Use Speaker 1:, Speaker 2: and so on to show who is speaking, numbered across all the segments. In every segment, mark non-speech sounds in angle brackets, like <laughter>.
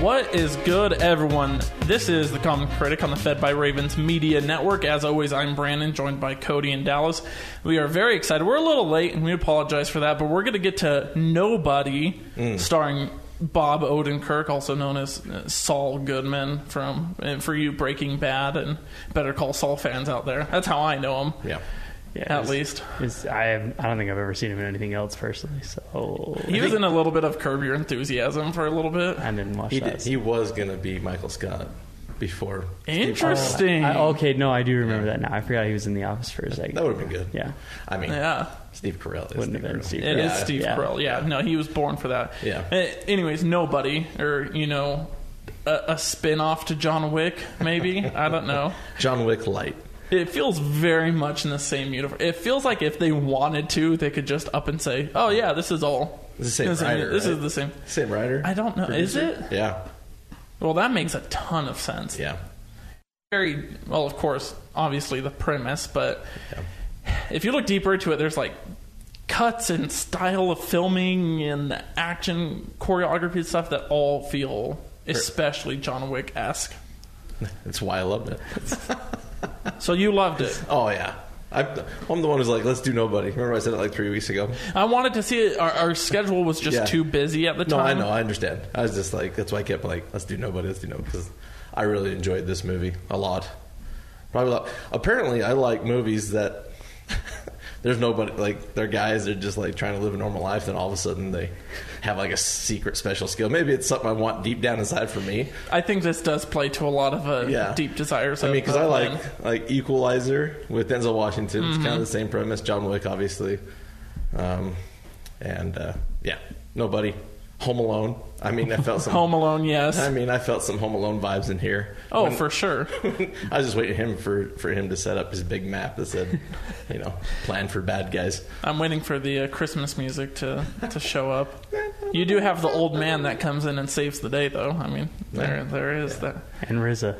Speaker 1: What is good, everyone? This is the Common Critic on the Fed by Ravens Media Network. As always, I'm Brandon, joined by Cody and Dallas. We are very excited. We're a little late, and we apologize for that, but we're going to get to Nobody, starring Bob Odenkirk, also known as uh, Saul Goodman from and for you Breaking Bad and Better Call Saul fans out there. That's how I know him.
Speaker 2: Yeah.
Speaker 3: Yeah,
Speaker 1: At
Speaker 3: it's-
Speaker 1: least
Speaker 3: it's- I have, I don't think I've ever seen him in anything else personally. So
Speaker 1: he was in a little bit of Curb Your Enthusiasm for a little bit.
Speaker 3: I didn't watch
Speaker 2: He,
Speaker 3: that.
Speaker 2: did, he was going to be Michael Scott before.
Speaker 1: Interesting.
Speaker 3: Oh, I- okay, no, I do remember that now. I forgot he was in the office for a second.
Speaker 2: That would have been good.
Speaker 3: Yeah.
Speaker 2: I mean,
Speaker 1: Yeah.
Speaker 2: Steve Carell is
Speaker 3: Wouldn't have been
Speaker 2: Carell.
Speaker 3: Steve
Speaker 1: It is
Speaker 3: Carell.
Speaker 2: Yeah.
Speaker 1: Steve
Speaker 3: Yeah.
Speaker 1: Carell. Yeah, no, he was born for that.
Speaker 2: Yeah.
Speaker 1: A- anyways, nobody or you know, a, a spin off to John Wick, maybe I don't
Speaker 2: <laughs>
Speaker 1: know.
Speaker 2: John Wick light.
Speaker 1: It feels very much in the same universe. It feels like if they wanted to, they could just up and say, "Oh yeah, this is all."
Speaker 2: This is the same
Speaker 1: This,
Speaker 2: writer,
Speaker 1: this
Speaker 2: right?
Speaker 1: is the same.
Speaker 2: Same writer.
Speaker 1: I don't know. Is
Speaker 2: Producer?
Speaker 1: it?
Speaker 2: Yeah.
Speaker 1: Well, that makes a ton of sense.
Speaker 2: Yeah. <laughs>
Speaker 1: Very well, of course, obviously the premise, but
Speaker 2: Yeah.
Speaker 1: if you look deeper into it, there's like cuts and style of filming and action choreography and stuff that all feel especially John Wick esque.
Speaker 2: That's why I loved it.
Speaker 1: So you loved
Speaker 2: <laughs>
Speaker 1: it.
Speaker 2: Oh, yeah. I, I'm the one who's like, let's do nobody. Remember I said it like three weeks ago?
Speaker 1: I wanted to see it. Our, our schedule was just
Speaker 2: Yeah.
Speaker 1: too busy at the
Speaker 2: No, I
Speaker 1: time.
Speaker 2: know. I understand. I was just like, that's why I kept like, let's do nobody. Let's do nobody. Because I really enjoyed this movie a lot. Probably a lot. Apparently, I like movies that <laughs> there's nobody, like, they're guys that are just like trying to live a normal life. Then all of a sudden they have like a secret special skill. Maybe it's something I want deep down inside for me.
Speaker 1: I think this does play to a lot of uh,
Speaker 2: Yeah.
Speaker 1: deep desires.
Speaker 2: I mean,
Speaker 1: of,
Speaker 2: because I
Speaker 1: uh,
Speaker 2: like
Speaker 1: men.
Speaker 2: like Equalizer with Denzel Washington. It's
Speaker 1: Mm-hmm.
Speaker 2: kind of the same premise. John Wick, obviously, um, and uh, yeah, nobody. Home Alone. I mean, I
Speaker 1: <laughs>
Speaker 2: felt some
Speaker 1: Home Alone. Yes.
Speaker 2: I mean, I felt some Home Alone vibes in here.
Speaker 1: oh,
Speaker 2: When-
Speaker 1: for sure.
Speaker 2: <laughs> I was just waiting him for for him to set up his big map
Speaker 1: <laughs>
Speaker 2: that said, you know, plan for bad guys.
Speaker 1: I'm waiting for the uh, Christmas music to, to show up. You do have the old man that comes in and saves the day, though. I mean, there there is that.
Speaker 3: And RZA.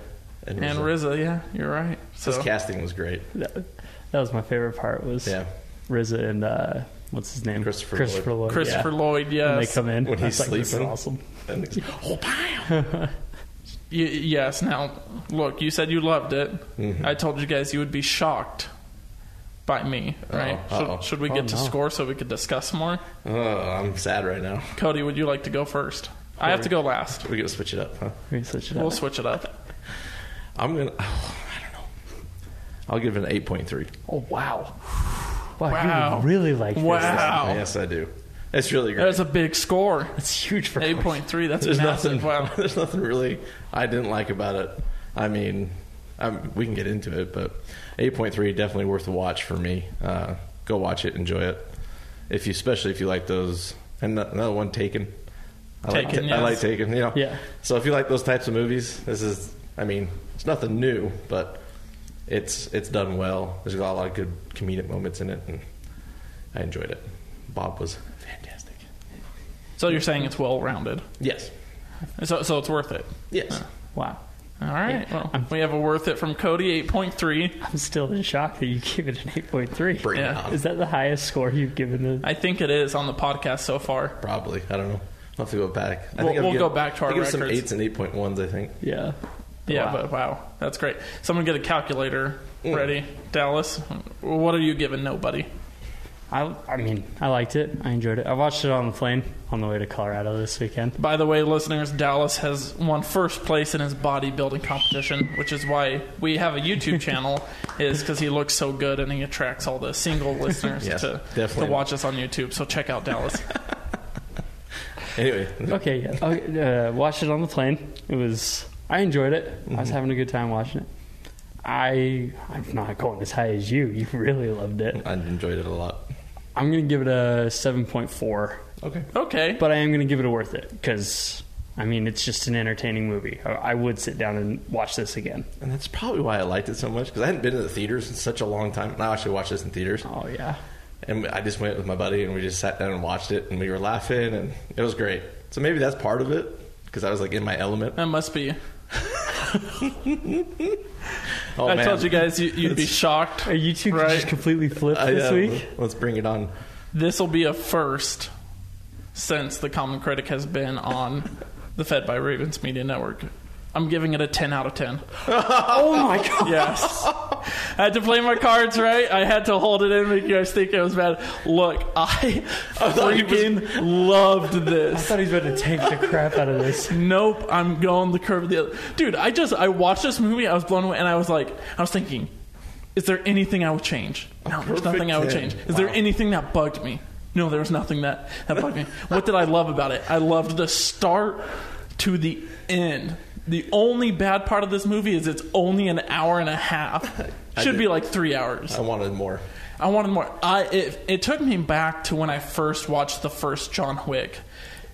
Speaker 1: And RZA, yeah, you're right.
Speaker 2: His
Speaker 1: So
Speaker 2: casting was great.
Speaker 3: That, that was my favorite part. Was
Speaker 2: Yeah,
Speaker 3: RZA and uh, what's his name?
Speaker 2: Christopher
Speaker 3: Christopher
Speaker 2: Lloyd.
Speaker 3: Lloyd.
Speaker 1: Christopher
Speaker 3: yeah.
Speaker 1: Lloyd,
Speaker 3: When they
Speaker 1: yes,
Speaker 3: come in,
Speaker 2: When
Speaker 3: I was
Speaker 2: he's
Speaker 3: like, this is
Speaker 2: sleeping.
Speaker 3: awesome.
Speaker 2: And it's- oh, bam!
Speaker 1: Y- yes. Now, look, you said you loved it.
Speaker 3: Mm-hmm.
Speaker 1: I told you guys you would be shocked by me, right?
Speaker 2: Uh-oh, uh-oh.
Speaker 1: Should, should we get
Speaker 3: Oh,
Speaker 1: to
Speaker 3: no.
Speaker 1: score so we could discuss more?
Speaker 2: Oh, I'm sad right now.
Speaker 1: Cody, would you like to go first? I have to go last.
Speaker 2: We're gonna switch it up, huh?
Speaker 3: We switch it
Speaker 1: We'll
Speaker 3: up.
Speaker 1: switch it up.
Speaker 2: I'm gonna. <sighs> Oh, I don't know. I'll give it an eight point three.
Speaker 3: Oh wow! <sighs> Wow,
Speaker 1: Wow.
Speaker 3: you really like this.
Speaker 1: Wow,
Speaker 2: Yes, I do. It's really great.
Speaker 1: that's a big score.
Speaker 3: That's huge for
Speaker 1: Eight point three. That's <laughs>
Speaker 2: There's
Speaker 1: massive.
Speaker 2: nothing.
Speaker 1: Wow.
Speaker 2: There's nothing really I didn't like about it. I mean, i we can get into it, but 8.3 definitely worth a watch for me. Uh, go watch it, enjoy it. If you, especially if you like those, and the- another one, Taken. I like,
Speaker 1: Taken,
Speaker 2: I
Speaker 1: yes.
Speaker 2: like Taken. You know.
Speaker 3: Yeah.
Speaker 2: So if you like those types of movies, this is. I mean, it's nothing new, but it's it's done well. There's got a lot of good comedic moments in it, and I enjoyed it. Bob was fantastic.
Speaker 1: So you're saying it's well rounded.
Speaker 2: Yes.
Speaker 1: So so it's worth it.
Speaker 2: Yes.
Speaker 3: Wow,
Speaker 1: All right. Well, we have a worth it from Cody, eight point three.
Speaker 3: I'm still in shock that you gave it an eight point three.
Speaker 2: Bring it
Speaker 1: Yeah.
Speaker 2: on.
Speaker 3: Is that the highest score you've given? The,
Speaker 1: I think it is on the podcast so far.
Speaker 2: Probably. I don't know. I'll have to go back. I
Speaker 1: We'll-
Speaker 2: I've
Speaker 1: we'll go
Speaker 2: given-
Speaker 1: back to our
Speaker 2: I've given some
Speaker 1: records.
Speaker 2: eights and eight point ones. I think.
Speaker 3: yeah,
Speaker 1: Yeah,
Speaker 3: Wow.
Speaker 1: but wow, that's great. Someone get a calculator
Speaker 2: Mm.
Speaker 1: ready. Dallas, what are you giving nobody?
Speaker 3: I, I mean, I liked it. I enjoyed it. I watched it on the plane on the way to Colorado this weekend.
Speaker 1: By the way, listeners, Dallas has won first place in his bodybuilding competition, which is why we have a YouTube <laughs> channel, is because he looks so good and he attracts all the single listeners
Speaker 2: <laughs> Yes,
Speaker 1: to, to
Speaker 2: definitely.
Speaker 1: watch us on YouTube. So check out
Speaker 2: <laughs>
Speaker 1: Dallas.
Speaker 2: Anyway, <laughs>
Speaker 3: Okay, yeah. Okay, uh, watched it on the plane. It was. I enjoyed it. I was having a good time watching it. I I'm not going as high as you. You really loved it.
Speaker 2: I enjoyed it a lot.
Speaker 3: I'm gonna give it a seven point four,
Speaker 2: Okay.
Speaker 1: okay.
Speaker 3: but I am gonna give it a worth it because I mean it's just an entertaining movie. I, I would sit down and watch this again.
Speaker 2: And that's probably why I liked it so much because I hadn't been to the theaters in such a long time. And I actually watched this in theaters,
Speaker 3: Oh yeah,
Speaker 2: and I just went with my buddy and we just sat down and watched it, and we were laughing, and it was great. So maybe that's part of it because I was like in my element.
Speaker 1: That must be.
Speaker 2: Oh
Speaker 1: I
Speaker 2: man.
Speaker 1: told you guys you, you'd
Speaker 2: <laughs>
Speaker 1: be
Speaker 2: It's-
Speaker 1: shocked.
Speaker 3: are you two
Speaker 1: Right.
Speaker 3: just completely flipped
Speaker 2: I
Speaker 3: this
Speaker 2: know.
Speaker 3: week?
Speaker 2: Let's bring it on.
Speaker 1: This will be a first since the Common Critic has been on the Fed by Ravens Media Network. I'm giving it a 10 out of 10.
Speaker 3: Oh my
Speaker 2: <laughs>
Speaker 3: god!
Speaker 1: Yes. I had to play my cards right. I had to hold it in, make you guys think it was bad. Look, I
Speaker 2: thought he was-
Speaker 1: freaking loved
Speaker 3: I
Speaker 1: this.
Speaker 3: thought he was about to take the crap out of this.
Speaker 1: Nope, I'm going the curve the other. Dude, I just I watched this movie. I was blown away, and I was like, I was thinking, is there anything I would change? No, there's
Speaker 2: perfect
Speaker 1: nothing I would
Speaker 2: 10.
Speaker 1: change. Is there anything that bugged me? No, there was nothing that that bugged
Speaker 2: <laughs>
Speaker 1: me. What did I love about it? I loved the start to the end. The only bad part of this movie is it's only an hour and a half.
Speaker 2: <laughs> I
Speaker 1: Should
Speaker 2: did-
Speaker 1: be like three hours.
Speaker 2: I wanted more.
Speaker 1: I wanted more. I it, it took me back to when I first watched the first John Wick.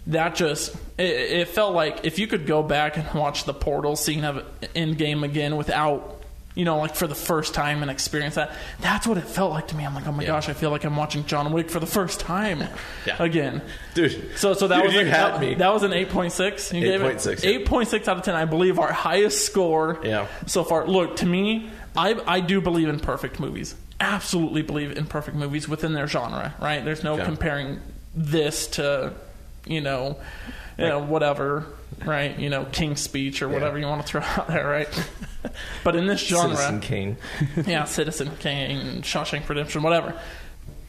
Speaker 1: That just it, it felt like if you could go back and watch the portal scene of Endgame again without you know like for the first time and experience that that's what it felt like to me. I'm like oh my
Speaker 2: Yeah.
Speaker 1: gosh, I feel like I'm watching John Wick for the first time
Speaker 2: Yeah.
Speaker 1: again.
Speaker 2: Dude.
Speaker 1: So so that
Speaker 2: Dude,
Speaker 1: was
Speaker 2: you
Speaker 1: a-
Speaker 2: had
Speaker 1: that,
Speaker 2: me.
Speaker 1: that was an 8.6. You gave it
Speaker 2: 8.6, yeah.
Speaker 1: 8.6 out of 10, I believe our highest score
Speaker 2: Yeah.
Speaker 1: so far. Look, to me, I I do believe in perfect movies. Absolutely believe in perfect movies within their genre, right? There's no
Speaker 2: Okay.
Speaker 1: comparing this to, you know, you know, whatever, right? You know, King's Speech or whatever you want to throw <laughs> out there, right? but in this genre, <laughs>
Speaker 2: Citizen Kane.
Speaker 1: yeah, Citizen Kane, Shawshank Redemption, whatever.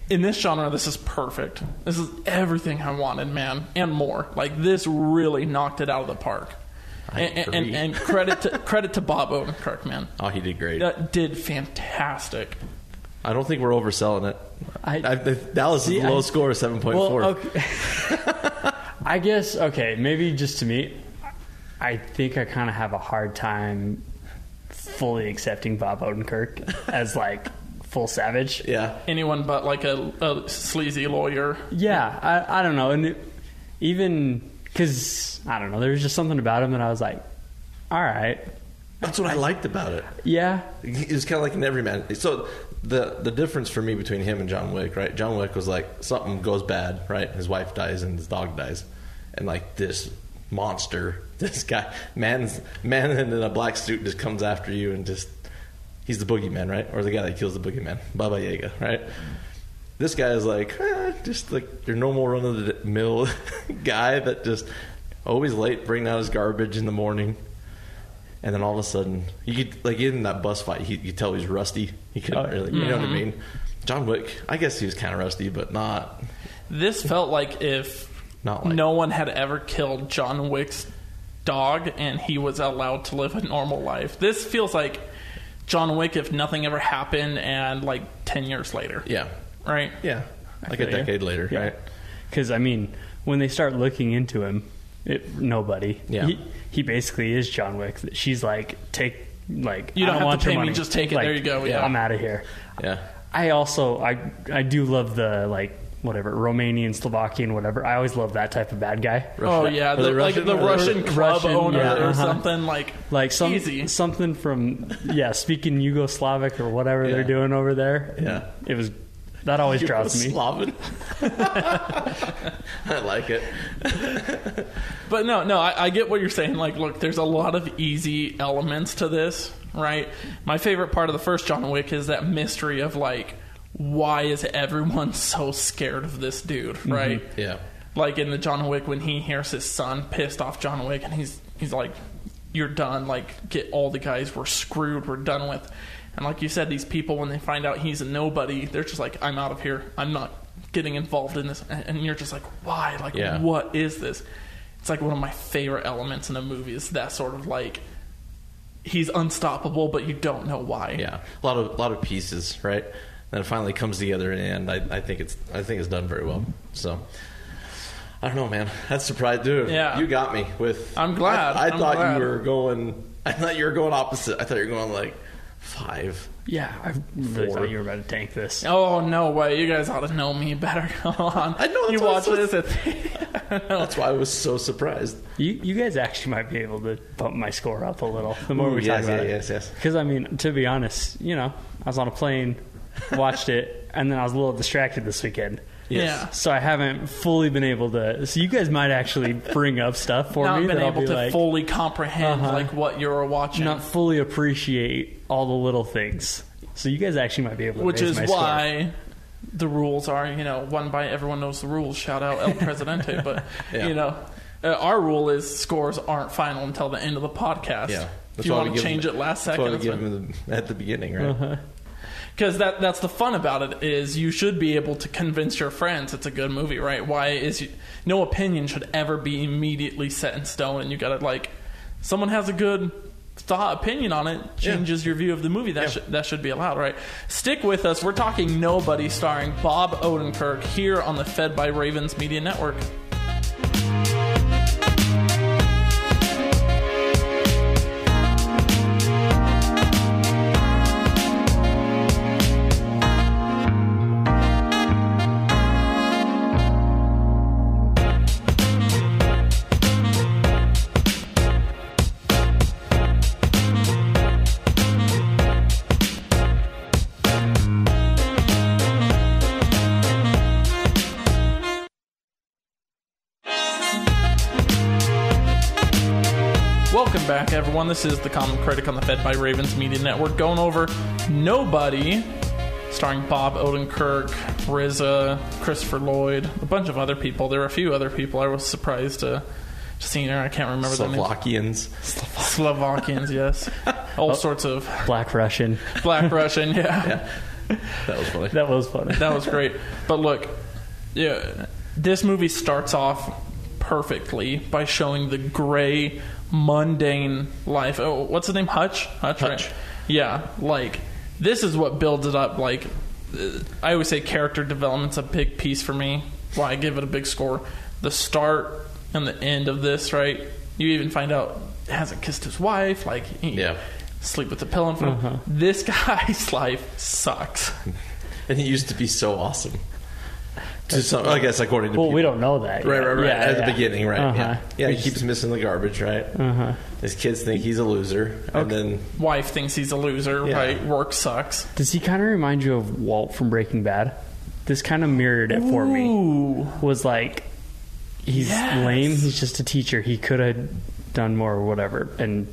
Speaker 1: In this genre, this is perfect. This is everything I wanted, man, and more. Like this really knocked it out of the park.
Speaker 2: I
Speaker 1: And, and- and,
Speaker 2: agree.
Speaker 1: and credit
Speaker 2: <laughs>
Speaker 1: to credit to Bob Odenkirk, man.
Speaker 2: Oh, he did great.
Speaker 1: That did fantastic.
Speaker 2: I don't think we're overselling it.
Speaker 3: I-
Speaker 2: I, Dallas
Speaker 3: See,
Speaker 2: is low
Speaker 3: I-
Speaker 2: score, seven point
Speaker 3: Well,
Speaker 2: four.
Speaker 3: okay. <laughs> I guess okay, maybe just to me, I think I kind of have a hard time fully accepting Bob Odenkirk as like full savage.
Speaker 2: Yeah,
Speaker 1: Anyone but like a, a sleazy lawyer.
Speaker 3: Yeah, I, I don't know, and it, even because I don't know, there was just something about him that I was like, all right,
Speaker 2: that's what I liked about it.
Speaker 3: yeah,
Speaker 2: It was kind of like an everyman. So the the difference for me between him and John Wick, right? John Wick was like something goes bad, right? His wife dies and his dog dies, and like this monster, <laughs> this guy, man's man in a black suit just comes after you and just he's the boogeyman, right? Or the guy that kills the boogeyman, Baba Yaga, right? This guy is like eh, just like your normal run of the mill <laughs> guy that just always late, bringing out his garbage in the morning. And then all of a sudden, you could like in that bus fight, he, you tell he's rusty. He couldn't
Speaker 3: Oh,
Speaker 2: really, you know what I mean? John Wick, I guess he was kind of rusty, but not.
Speaker 1: This felt like if
Speaker 2: Not like-
Speaker 1: no one had ever killed John Wick's dog and he was allowed to live a normal life. This feels like John Wick if nothing ever happened and like 10 years later,
Speaker 2: Yeah,
Speaker 1: right?
Speaker 2: yeah, like a
Speaker 3: feel you.
Speaker 2: decade later,
Speaker 3: Yeah.
Speaker 2: right?
Speaker 3: Because I mean, when they start looking into him, it, nobody.
Speaker 2: Yeah.
Speaker 3: He, he basically is John Wick. She's like, take like
Speaker 1: You don't
Speaker 3: I
Speaker 1: have to
Speaker 3: want your
Speaker 1: pay me,
Speaker 3: money.
Speaker 1: just take it,
Speaker 3: Like,
Speaker 1: there you go, yeah.
Speaker 3: I'm out of here.
Speaker 2: Yeah,
Speaker 3: I also I I do love the like whatever Romanian, Slovakian, whatever. I always love that type of bad guy.
Speaker 1: Oh
Speaker 2: Russia-
Speaker 1: yeah,
Speaker 2: Are
Speaker 1: the,
Speaker 2: they
Speaker 1: like the
Speaker 2: Russian?
Speaker 1: Russian club
Speaker 3: Russian,
Speaker 1: owner
Speaker 3: yeah,
Speaker 1: or
Speaker 3: uh-huh.
Speaker 1: something like
Speaker 3: Like some
Speaker 1: easy.
Speaker 3: something from yeah, speaking Yugoslavic or whatever
Speaker 2: Yeah.
Speaker 3: they're doing over there.
Speaker 2: Yeah.
Speaker 3: it was that
Speaker 2: <laughs>
Speaker 3: always draws me.
Speaker 2: Slavin. <laughs> I like it.
Speaker 1: But no, no, I, I get what you're saying. Like, look, there's a lot of easy elements to this, right? My favorite part of the first John Wick is that mystery of like, why is everyone <laughs> so scared of this dude, right?
Speaker 2: Yeah,
Speaker 1: Like in the John Wick when he hears his son pissed off John Wick and he's he's like, You're done, like get all the guys, we're screwed, we're done with and like you said, these people when they find out he's a nobody, they're just like, I'm out of here. I'm not getting involved in this and and you're just like, Why? Like
Speaker 2: Yeah.
Speaker 1: what is this? It's like one of my favorite elements in a movie is that sort of like he's unstoppable but you don't know why.
Speaker 2: yeah. A lot of lot of pieces, right? Then it finally comes together in the end. I, I think it's I think it's done very well. So. I don't know, man. That's surprised, dude.
Speaker 1: Yeah.
Speaker 2: you got me with.
Speaker 1: I'm glad.
Speaker 2: I, I
Speaker 1: I'm
Speaker 2: thought
Speaker 1: glad.
Speaker 2: you were going. I thought you were going opposite. I thought you were going like five.
Speaker 3: Yeah, I really
Speaker 2: Four.
Speaker 3: thought you were about to tank this.
Speaker 1: Oh no way! You guys ought to know me better. <laughs> Come on,
Speaker 2: I know, that's
Speaker 1: you
Speaker 2: what I
Speaker 1: watch
Speaker 2: was-
Speaker 1: this.
Speaker 2: <laughs>
Speaker 1: At
Speaker 2: That's why I was so surprised.
Speaker 3: You you guys actually might be able to bump my score up a little the more
Speaker 2: Ooh,
Speaker 3: we
Speaker 2: yes,
Speaker 3: talk about
Speaker 2: yeah,
Speaker 3: it.
Speaker 2: yes, yes.
Speaker 3: Because I mean, to be honest, you know, I was on a plane, watched it, and then I was a little distracted this weekend.
Speaker 1: Yes. <laughs> Yeah.
Speaker 3: So I haven't fully been able to. So you guys might actually bring up stuff for
Speaker 1: not
Speaker 3: me
Speaker 1: been
Speaker 3: that I'll
Speaker 1: able
Speaker 3: be
Speaker 1: to
Speaker 3: like,
Speaker 1: fully comprehend
Speaker 3: Uh-huh.
Speaker 1: like what you're watching,
Speaker 3: not fully appreciate all the little things. So you guys actually might be able to.
Speaker 1: which
Speaker 3: raise
Speaker 1: is
Speaker 3: my score.
Speaker 1: why
Speaker 3: <laughs>
Speaker 1: the rules are you know one by everyone knows the rules. Shout out El Presidente, but
Speaker 2: Yeah.
Speaker 1: you know Uh, our rule is scores aren't final until the end of the podcast.
Speaker 2: Yeah.
Speaker 1: If you
Speaker 2: why we
Speaker 1: want to
Speaker 2: give
Speaker 1: change
Speaker 2: them-
Speaker 1: it last
Speaker 2: that's why
Speaker 1: second, Uh-huh.
Speaker 2: we give them the- at the beginning, right?
Speaker 1: because that that's the fun about it is you should be able to convince your friends it's a good movie, right? Why is you, no opinion should ever be immediately set in stone, and you got to like someone has a good thought opinion on it changes your view of the movie. That should that should be allowed, right? Stick with us. We're talking Nobody, starring Bob Odenkirk, here on the Fed by Ravens Media Network. Welcome back, everyone. This is the Common Critic on the Fed by Ravens Media Network, going over Nobody, starring Bob Odenkirk, Riza, Christopher Lloyd, a bunch of other people. There were a few other people I was surprised to, to see there. I can't remember the names.
Speaker 2: Slovakians.
Speaker 1: Slovakians, <laughs> yes. All sorts of
Speaker 3: Black Russian. <laughs>
Speaker 1: Black Russian, yeah.
Speaker 2: That was funny.
Speaker 3: That was funny.
Speaker 1: <laughs> That was great. But look, yeah, this movie starts off perfectly by showing the gray, mundane life. Oh, what's the name? Hutch. Hutch.
Speaker 2: Hutch.
Speaker 1: Right? Yeah. Like this is what builds it up. Like uh, I always say, character development's a big piece for me. Why I give it a big score. The start and the end of this, right? You even find out he hasn't kissed his wife. Like he-
Speaker 2: Yeah. Mm-hmm.
Speaker 1: Sleep with the pillow in front. of him. This <laughs> guy's life sucks.
Speaker 2: <laughs> And it used to be so awesome. To some, I guess according to
Speaker 3: Well,
Speaker 2: people.
Speaker 3: we don't know that.
Speaker 2: Right,
Speaker 3: yet.
Speaker 2: right, right.
Speaker 3: Yeah,
Speaker 2: At
Speaker 3: yeah.
Speaker 2: the beginning, right?
Speaker 3: Uh-huh.
Speaker 2: Yeah, yeah. He keeps missing the garbage, right? Uh-huh. His kids think he's a loser, and then
Speaker 1: wife thinks he's a loser,
Speaker 2: Yeah.
Speaker 1: right? Work sucks.
Speaker 3: Does he kind of remind you of Walt from Breaking Bad? This kind of mirrored it for me.
Speaker 1: Ooh.
Speaker 3: Was like, he's
Speaker 1: Yes.
Speaker 3: lame. He's just a teacher. He could have done more or whatever. And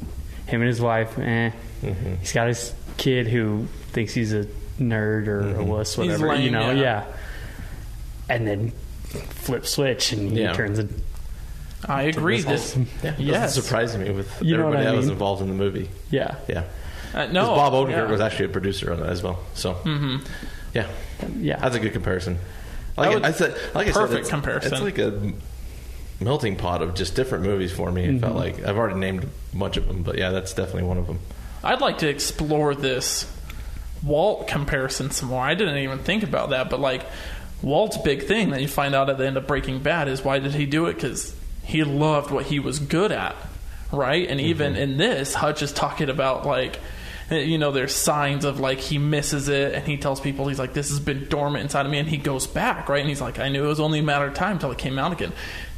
Speaker 3: him and his wife, eh.
Speaker 1: Mm-hmm.
Speaker 3: He's got his kid who thinks he's a nerd or a wuss,
Speaker 1: Mm-hmm. He's
Speaker 3: whatever. you
Speaker 1: lame,
Speaker 3: know,
Speaker 1: yeah.
Speaker 3: yeah. And then flip switch, and he
Speaker 2: Yeah.
Speaker 3: turns a
Speaker 1: I agree. This,
Speaker 2: yeah, it
Speaker 1: yes.
Speaker 2: doesn't surprise me with
Speaker 3: You know what
Speaker 2: everybody
Speaker 3: I
Speaker 2: that was
Speaker 3: mean.
Speaker 2: involved in the movie.
Speaker 3: yeah.
Speaker 2: Yeah,
Speaker 1: Uh, no,
Speaker 2: 'Cause Bob Odenkirk
Speaker 1: yeah.
Speaker 2: was actually a producer on that as well. So, yeah,
Speaker 3: Yeah.
Speaker 2: that's a good comparison. Like,
Speaker 1: That
Speaker 2: I
Speaker 1: was
Speaker 2: said, like I said,
Speaker 1: perfect
Speaker 2: it's-
Speaker 1: comparison.
Speaker 2: It's like a melting pot of just different movies for me. It felt like I've already named a bunch of them, but yeah, that's definitely one of them.
Speaker 1: I'd like to explore this Walt comparison some more. I didn't even think about that, but like Walt's big thing that you find out at the end of Breaking Bad is why did he do it? Because he loved what he was good at, right? And even in this, Hutch is talking about like. eh, You know, there's signs of like he misses it, and he tells people he's like, "This has been dormant inside of me," and he goes back, right? And he's like, "I knew it was only a matter of time till it came out again."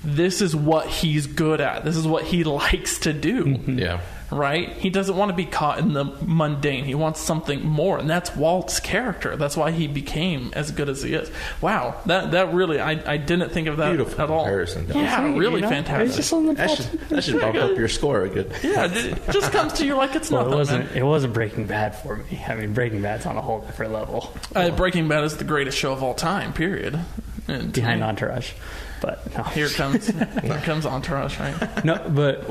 Speaker 1: This is what he's good at. This is what he <laughs> likes to do
Speaker 2: Yeah,
Speaker 1: right? He doesn't want to be caught in the mundane. He wants something more, and that's Walt's character. That's why he became as good as he is. Wow, that that really, I, I didn't think of that
Speaker 2: Beautiful
Speaker 1: at all.
Speaker 2: comparison, Dallas.
Speaker 1: Yeah,
Speaker 3: Hey,
Speaker 1: really
Speaker 3: you know, It's
Speaker 1: fantastic.
Speaker 3: just on the
Speaker 2: that should, that should bump up your score a good.
Speaker 1: yeah, it- it just comes to you like it's
Speaker 3: Well,
Speaker 1: nothing.
Speaker 3: it wasn't.
Speaker 1: man.
Speaker 3: It wasn't Breaking Bad for me. I mean, Breaking Bad's on a whole different level
Speaker 1: Uh, Breaking Bad is the greatest show of all time. Period. And
Speaker 3: behind Entourage, but no,
Speaker 1: Here comes, here comes Entourage, right?
Speaker 3: no, but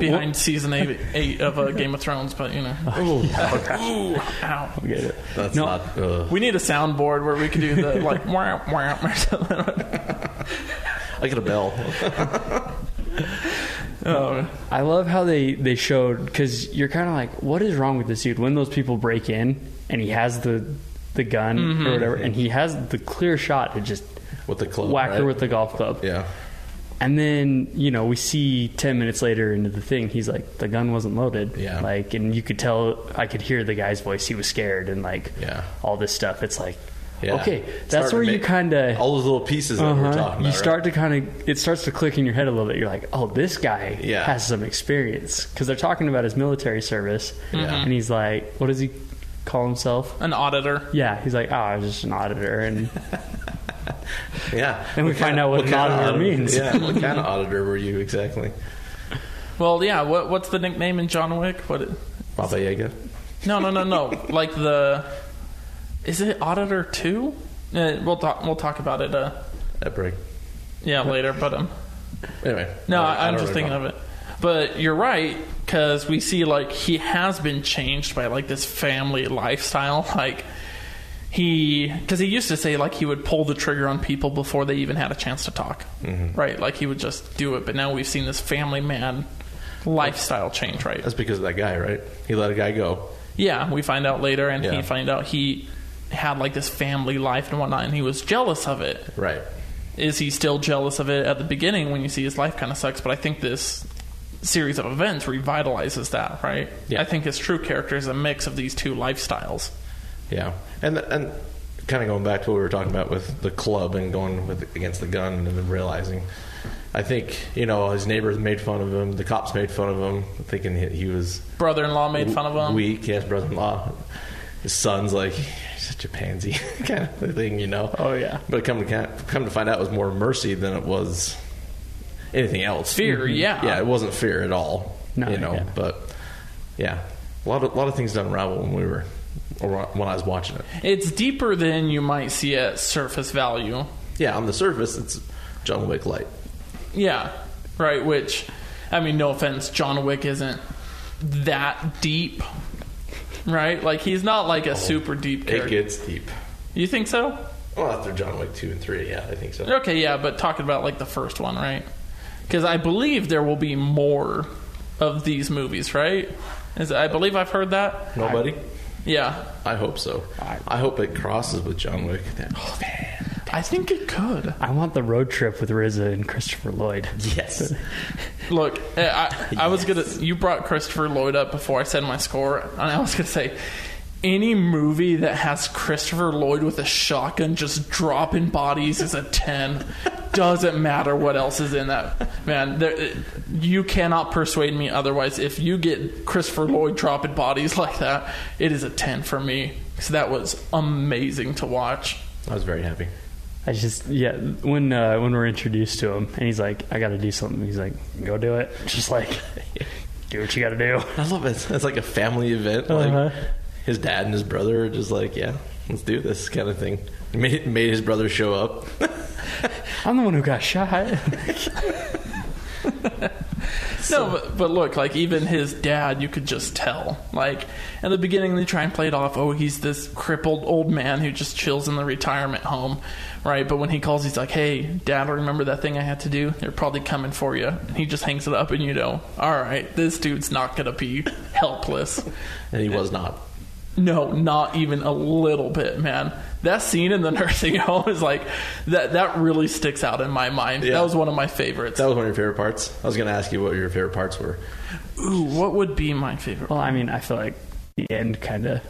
Speaker 1: <laughs> Behind season eight, eight of uh, Game of Thrones, but you know,
Speaker 3: Oh,
Speaker 1: ooh, ow.
Speaker 3: We'll get it.
Speaker 2: That's
Speaker 3: No.
Speaker 2: not. Uh,
Speaker 1: We need a soundboard where we can do the like, wah, wah, or something.
Speaker 2: I get a bell.
Speaker 1: Oh,
Speaker 3: I love how they they showed because you're kind of like, what is wrong with this dude? When those people break in and he has the the gun
Speaker 1: Mm-hmm.
Speaker 3: or whatever, and he has the clear shot to just
Speaker 2: With the club,
Speaker 3: whack
Speaker 2: right?
Speaker 3: her with the golf club.
Speaker 2: Yeah.
Speaker 3: And then you know we see ten minutes later into the thing, he's like, the gun wasn't loaded.
Speaker 2: Yeah.
Speaker 3: Like, and you could tell, I could hear the guy's voice. He was scared and like,
Speaker 2: Yeah.
Speaker 3: all this stuff. It's like,
Speaker 2: Yeah.
Speaker 3: okay,
Speaker 2: It's hard
Speaker 3: that's
Speaker 2: to
Speaker 3: where you
Speaker 2: make
Speaker 3: kind of.
Speaker 2: all those little pieces that we're talking about.
Speaker 3: Uh-huh. You
Speaker 2: right?
Speaker 3: start to kind of it starts to click in your head a little bit. You're like, oh, this guy
Speaker 2: Yeah.
Speaker 3: has some experience because they're talking about his military service,
Speaker 2: Yeah.
Speaker 3: and he's like, what does he call himself?
Speaker 1: an auditor.
Speaker 3: Yeah, he's like, oh, I was just an
Speaker 2: <laughs>
Speaker 3: auditor, and
Speaker 2: yeah,
Speaker 3: Then we find out what an
Speaker 2: kind of
Speaker 3: auditor means.
Speaker 2: Yeah, what
Speaker 3: <laughs>
Speaker 2: kind of auditor were you exactly?
Speaker 1: Well, yeah. What, what's the nickname in John Wick? What? it-
Speaker 2: Baba Yaga.
Speaker 1: No, no, no,
Speaker 2: <laughs>
Speaker 1: no. like the, is it Auditor Two? Uh, we'll talk. We'll talk about it. Uh,
Speaker 2: That break.
Speaker 1: yeah, later. But um,
Speaker 2: Anyway,
Speaker 1: No,
Speaker 2: I- I
Speaker 1: I, I'm
Speaker 2: don't
Speaker 1: just
Speaker 2: really
Speaker 1: thinking
Speaker 2: know.
Speaker 1: of it. But you're right because we see like he has been changed by like this family lifestyle. Like he, because he used to say like he would pull the trigger on people before they even had a chance to talk,
Speaker 2: Mm-hmm.
Speaker 1: right? Like he would just do it. But now we've seen this family man lifestyle change, right?
Speaker 2: That's because of that guy, right? He let a guy go.
Speaker 1: Yeah, we find out later, and
Speaker 2: Yeah.
Speaker 1: he find out he had like this family life and whatnot, and he was jealous of it.
Speaker 2: Right.
Speaker 1: is he still jealous of it at the beginning when you see his life kind of sucks but i think this series of events revitalizes that right
Speaker 2: Yeah.
Speaker 1: i think his true character is a mix of these two lifestyles
Speaker 2: Yeah. And and kind of going back to what we were talking about with the club and going with against the gun and then realizing, I think you know his neighbors made fun of him. The cops made fun of him, thinking he, he was
Speaker 1: brother-in-law made fun of him
Speaker 2: Weak. He has brother-in-law. His son's like "You're such a pansy <laughs> kind of thing, you know.
Speaker 1: Oh, yeah.
Speaker 2: But come to ca- come to find out, it was more mercy than it was anything else. Mm-hmm.
Speaker 1: Fear, Mhm. yeah.
Speaker 2: yeah. It wasn't fear at all.
Speaker 3: No,
Speaker 2: you know.
Speaker 3: yeah.
Speaker 2: But yeah, a lot of a lot of things to unravel when we were or when I was watching it.
Speaker 1: it's deeper than you might see at surface value
Speaker 2: Yeah, on the surface, it's John Wick light.
Speaker 1: yeah right which i mean no offense john wick isn't that deep right like he's not like a super deep
Speaker 2: It
Speaker 1: character
Speaker 2: gets deep.
Speaker 1: you think so
Speaker 2: Well, after John Wick two and three, yeah, I think so.
Speaker 1: Okay, yeah, but talking about like the first one, right? Because I believe there will be more of these movies, right? Is, I believe I've heard that.
Speaker 2: Nobody.
Speaker 1: Yeah,
Speaker 2: I hope so. I hope it crosses with John Wick. Oh man.
Speaker 1: I think it could.
Speaker 3: I want the road trip with RZA and Christopher Lloyd.
Speaker 2: Yes.
Speaker 1: Look, I, I, I was gonna. You brought Christopher Lloyd up before I said my score, and I was gonna say. Any movie that has Christopher Lloyd with a shotgun just dropping bodies is a 10. Doesn't matter what else is in that. Man, there, uh, you cannot persuade me otherwise. If you get Christopher Lloyd dropping bodies like that, it is a 10 for me. So that was amazing to watch.
Speaker 2: I was very happy.
Speaker 3: I just yeah when uh, when we're introduced to him and he's like I got to do something he's like go do it <laughs> just like do what you got to do
Speaker 2: I love it. It's like a family event. Like
Speaker 3: Uh-huh.
Speaker 2: his dad and his brother are just like, yeah, let's do this kind of thing. Made, made his brother show up.
Speaker 3: I'm the one who got shot <laughs>
Speaker 1: No, but, but look, like even his dad, you could just tell. Like in the beginning, they try and play it off. Oh, he's this crippled old man who just chills in the retirement home, right? But when he calls, he's like, "Hey, dad, remember that thing I had to do? They're probably coming for you." And he just hangs it up, and you know, all right, this dude's not gonna be helpless.
Speaker 2: And he was not.
Speaker 1: No, not even a little bit, man. That scene in the <laughs> nursing home is like that. That really sticks out in my mind.
Speaker 2: Yeah.
Speaker 1: That was one of my favorites.
Speaker 2: That was one of your favorite parts. I was going to ask you what your favorite parts were.
Speaker 1: Ooh, what would be my favorite?
Speaker 3: well I mean I feel like the end kind of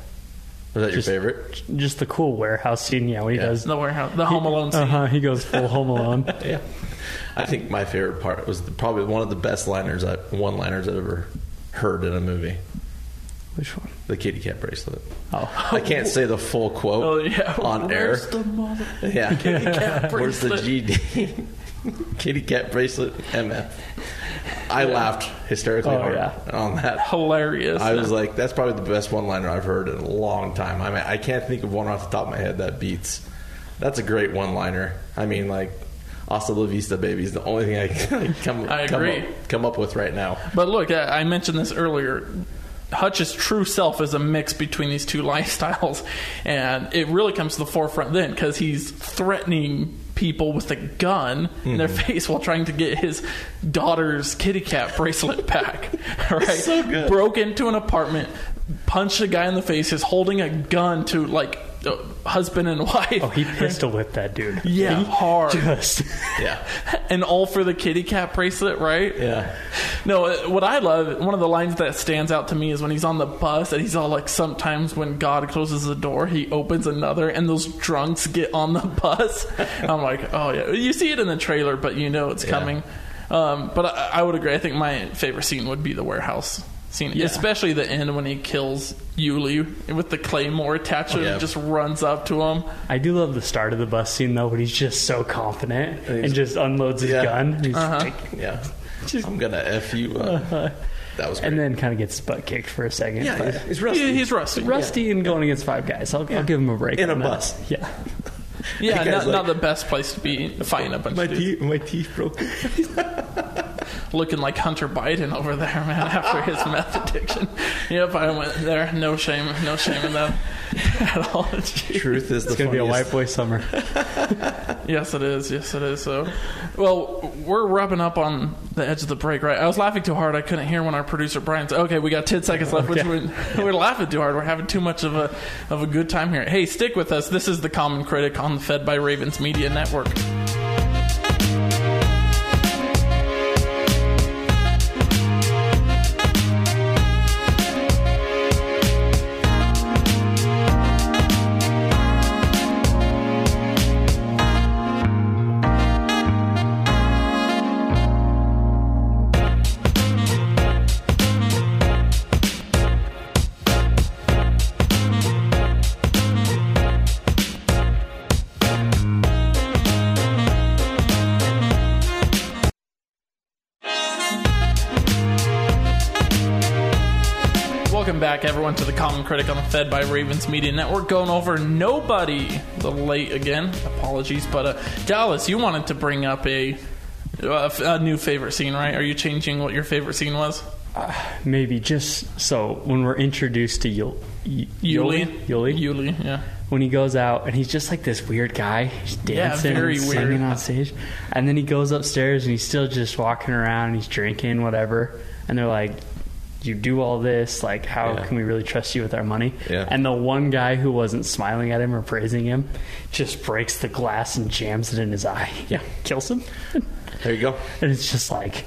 Speaker 2: Was that
Speaker 3: Just-
Speaker 2: your favorite?
Speaker 3: just the cool warehouse scene yeah when he
Speaker 2: Yeah.
Speaker 3: does
Speaker 1: The warehouse, the Home Alone scene.
Speaker 2: Uh-huh.
Speaker 3: uh
Speaker 4: Uh-huh,
Speaker 3: huh he goes full Home Alone
Speaker 2: Yeah. I think my favorite part was the, probably one of the best liners, I, one liners I've ever heard in a movie.
Speaker 3: which one
Speaker 2: The kitty cat bracelet.
Speaker 3: oh
Speaker 2: I can't say the full quote
Speaker 1: Oh yeah,
Speaker 2: on air.
Speaker 1: Where's the mother?
Speaker 2: yeah.
Speaker 1: cat
Speaker 2: Where's the
Speaker 1: bracelet?
Speaker 2: GD? <laughs> Kitty cat bracelet MF. I laughed hysterically
Speaker 3: Oh,
Speaker 2: hard
Speaker 3: yeah.
Speaker 2: on that.
Speaker 1: Hilarious.
Speaker 2: I was like, that's probably the best one liner I've heard in a long time. I mean, I can't think of one off the top of my head that beats. That's a great one liner. I mean, like, Hasta La Vista, baby is the only thing I <laughs> can like, come,
Speaker 1: I
Speaker 2: come
Speaker 1: agree.
Speaker 2: up, come up with right now.
Speaker 1: but look, I, I mentioned this earlier. Hutch's true self is a mix between these two <laughs> lifestyles, and it really comes to the forefront then because he's threatening people with a gun in their
Speaker 2: Mm-hmm.
Speaker 1: face while trying to get his daughter's kitty cat <laughs> bracelet back. Right?
Speaker 2: So good.
Speaker 1: Broke into an apartment, punched a guy in the face. Is holding a gun to like uh, husband and <laughs> wife.
Speaker 3: oh he pistol whipped that dude
Speaker 1: yeah, hard.
Speaker 3: just
Speaker 2: Yeah.
Speaker 1: and all for the kitty cat bracelet, right?
Speaker 2: Yeah.
Speaker 1: No, uh, what I love, one of the lines that stands out to me is when he's on the bus and he's all like, sometimes when God closes a door, he opens another, and those drunks get on the <laughs> bus. I'm like, oh yeah. You see it in the trailer, but you know it's coming. Um, but I, I would agree. I think my favorite scene would be the warehouse scene, especially the end when he kills Yuli with the claymore attached to him
Speaker 2: Oh, Yeah.
Speaker 1: and just runs up to him.
Speaker 3: I do love the start of the bus scene though when he's just so confident
Speaker 2: he's-
Speaker 3: and just unloads his
Speaker 2: Yeah.
Speaker 3: gun and, he's
Speaker 1: Uh-huh.
Speaker 3: like-
Speaker 2: Yeah. I'm going to F you up. That was great.
Speaker 3: and then kind of gets his butt kicked for a second
Speaker 2: yeah,
Speaker 3: but-
Speaker 1: <laughs>
Speaker 2: he's- he's rusty.
Speaker 1: He- he's rusty.
Speaker 3: rusty and going against five guys. I'll, I'll give him a break
Speaker 2: In
Speaker 3: on
Speaker 2: a
Speaker 3: that.
Speaker 2: bus.
Speaker 3: Yeah,
Speaker 1: Yeah,
Speaker 2: That guy's
Speaker 1: not,
Speaker 2: like-
Speaker 1: not the best place to be fighting a bunch
Speaker 2: My
Speaker 1: of dudes.
Speaker 2: teeth, my teeth broke.
Speaker 1: Looking like Hunter Biden over there, man, <laughs> after his meth addiction. Yep, I went there. No shame, no shame in that <laughs> at all. Jeez.
Speaker 2: Truth is the
Speaker 4: It's gonna be a
Speaker 2: funniest-
Speaker 4: white boy summer.
Speaker 1: Yes, it is. Yes, it is. So, well, we're rubbing up on the edge of the break, right? I was laughing too hard. I couldn't hear when our producer Brian said, "Okay, we got ten seconds left." Which we're, <laughs> we're laughing too hard. We're having too much of a of a good time here. Hey, stick with us. This is the Common Critic on the Fed by Ravens Media Network. Welcome back, everyone, to the Common Critic on the Fed by Ravens Media Network. Going over nobody the late again. Apologies, but uh, Dallas, you wanted to bring up a, a, a new favorite scene, right? Are you changing what your favorite scene was?
Speaker 3: Uh, Maybe just so when we're introduced to Yul- Y-
Speaker 1: Yuli,
Speaker 3: Yuli, Yuli,
Speaker 1: Yuli, yeah.
Speaker 3: when he goes out and he's just like this weird guy, he's
Speaker 1: Yeah,
Speaker 3: dancing,
Speaker 1: very
Speaker 3: and
Speaker 1: weird.
Speaker 3: singing on stage, and then he goes upstairs and he's still just walking around and he's drinking whatever, and they're like. You do all this, like, how
Speaker 2: Yeah.
Speaker 3: can we really trust you with our money?
Speaker 2: Yeah.
Speaker 3: And the one guy who wasn't smiling at him or praising him just breaks the glass and jams it in his eye. Yeah. <laughs> Kills him.
Speaker 2: There you go.
Speaker 3: and it's just like,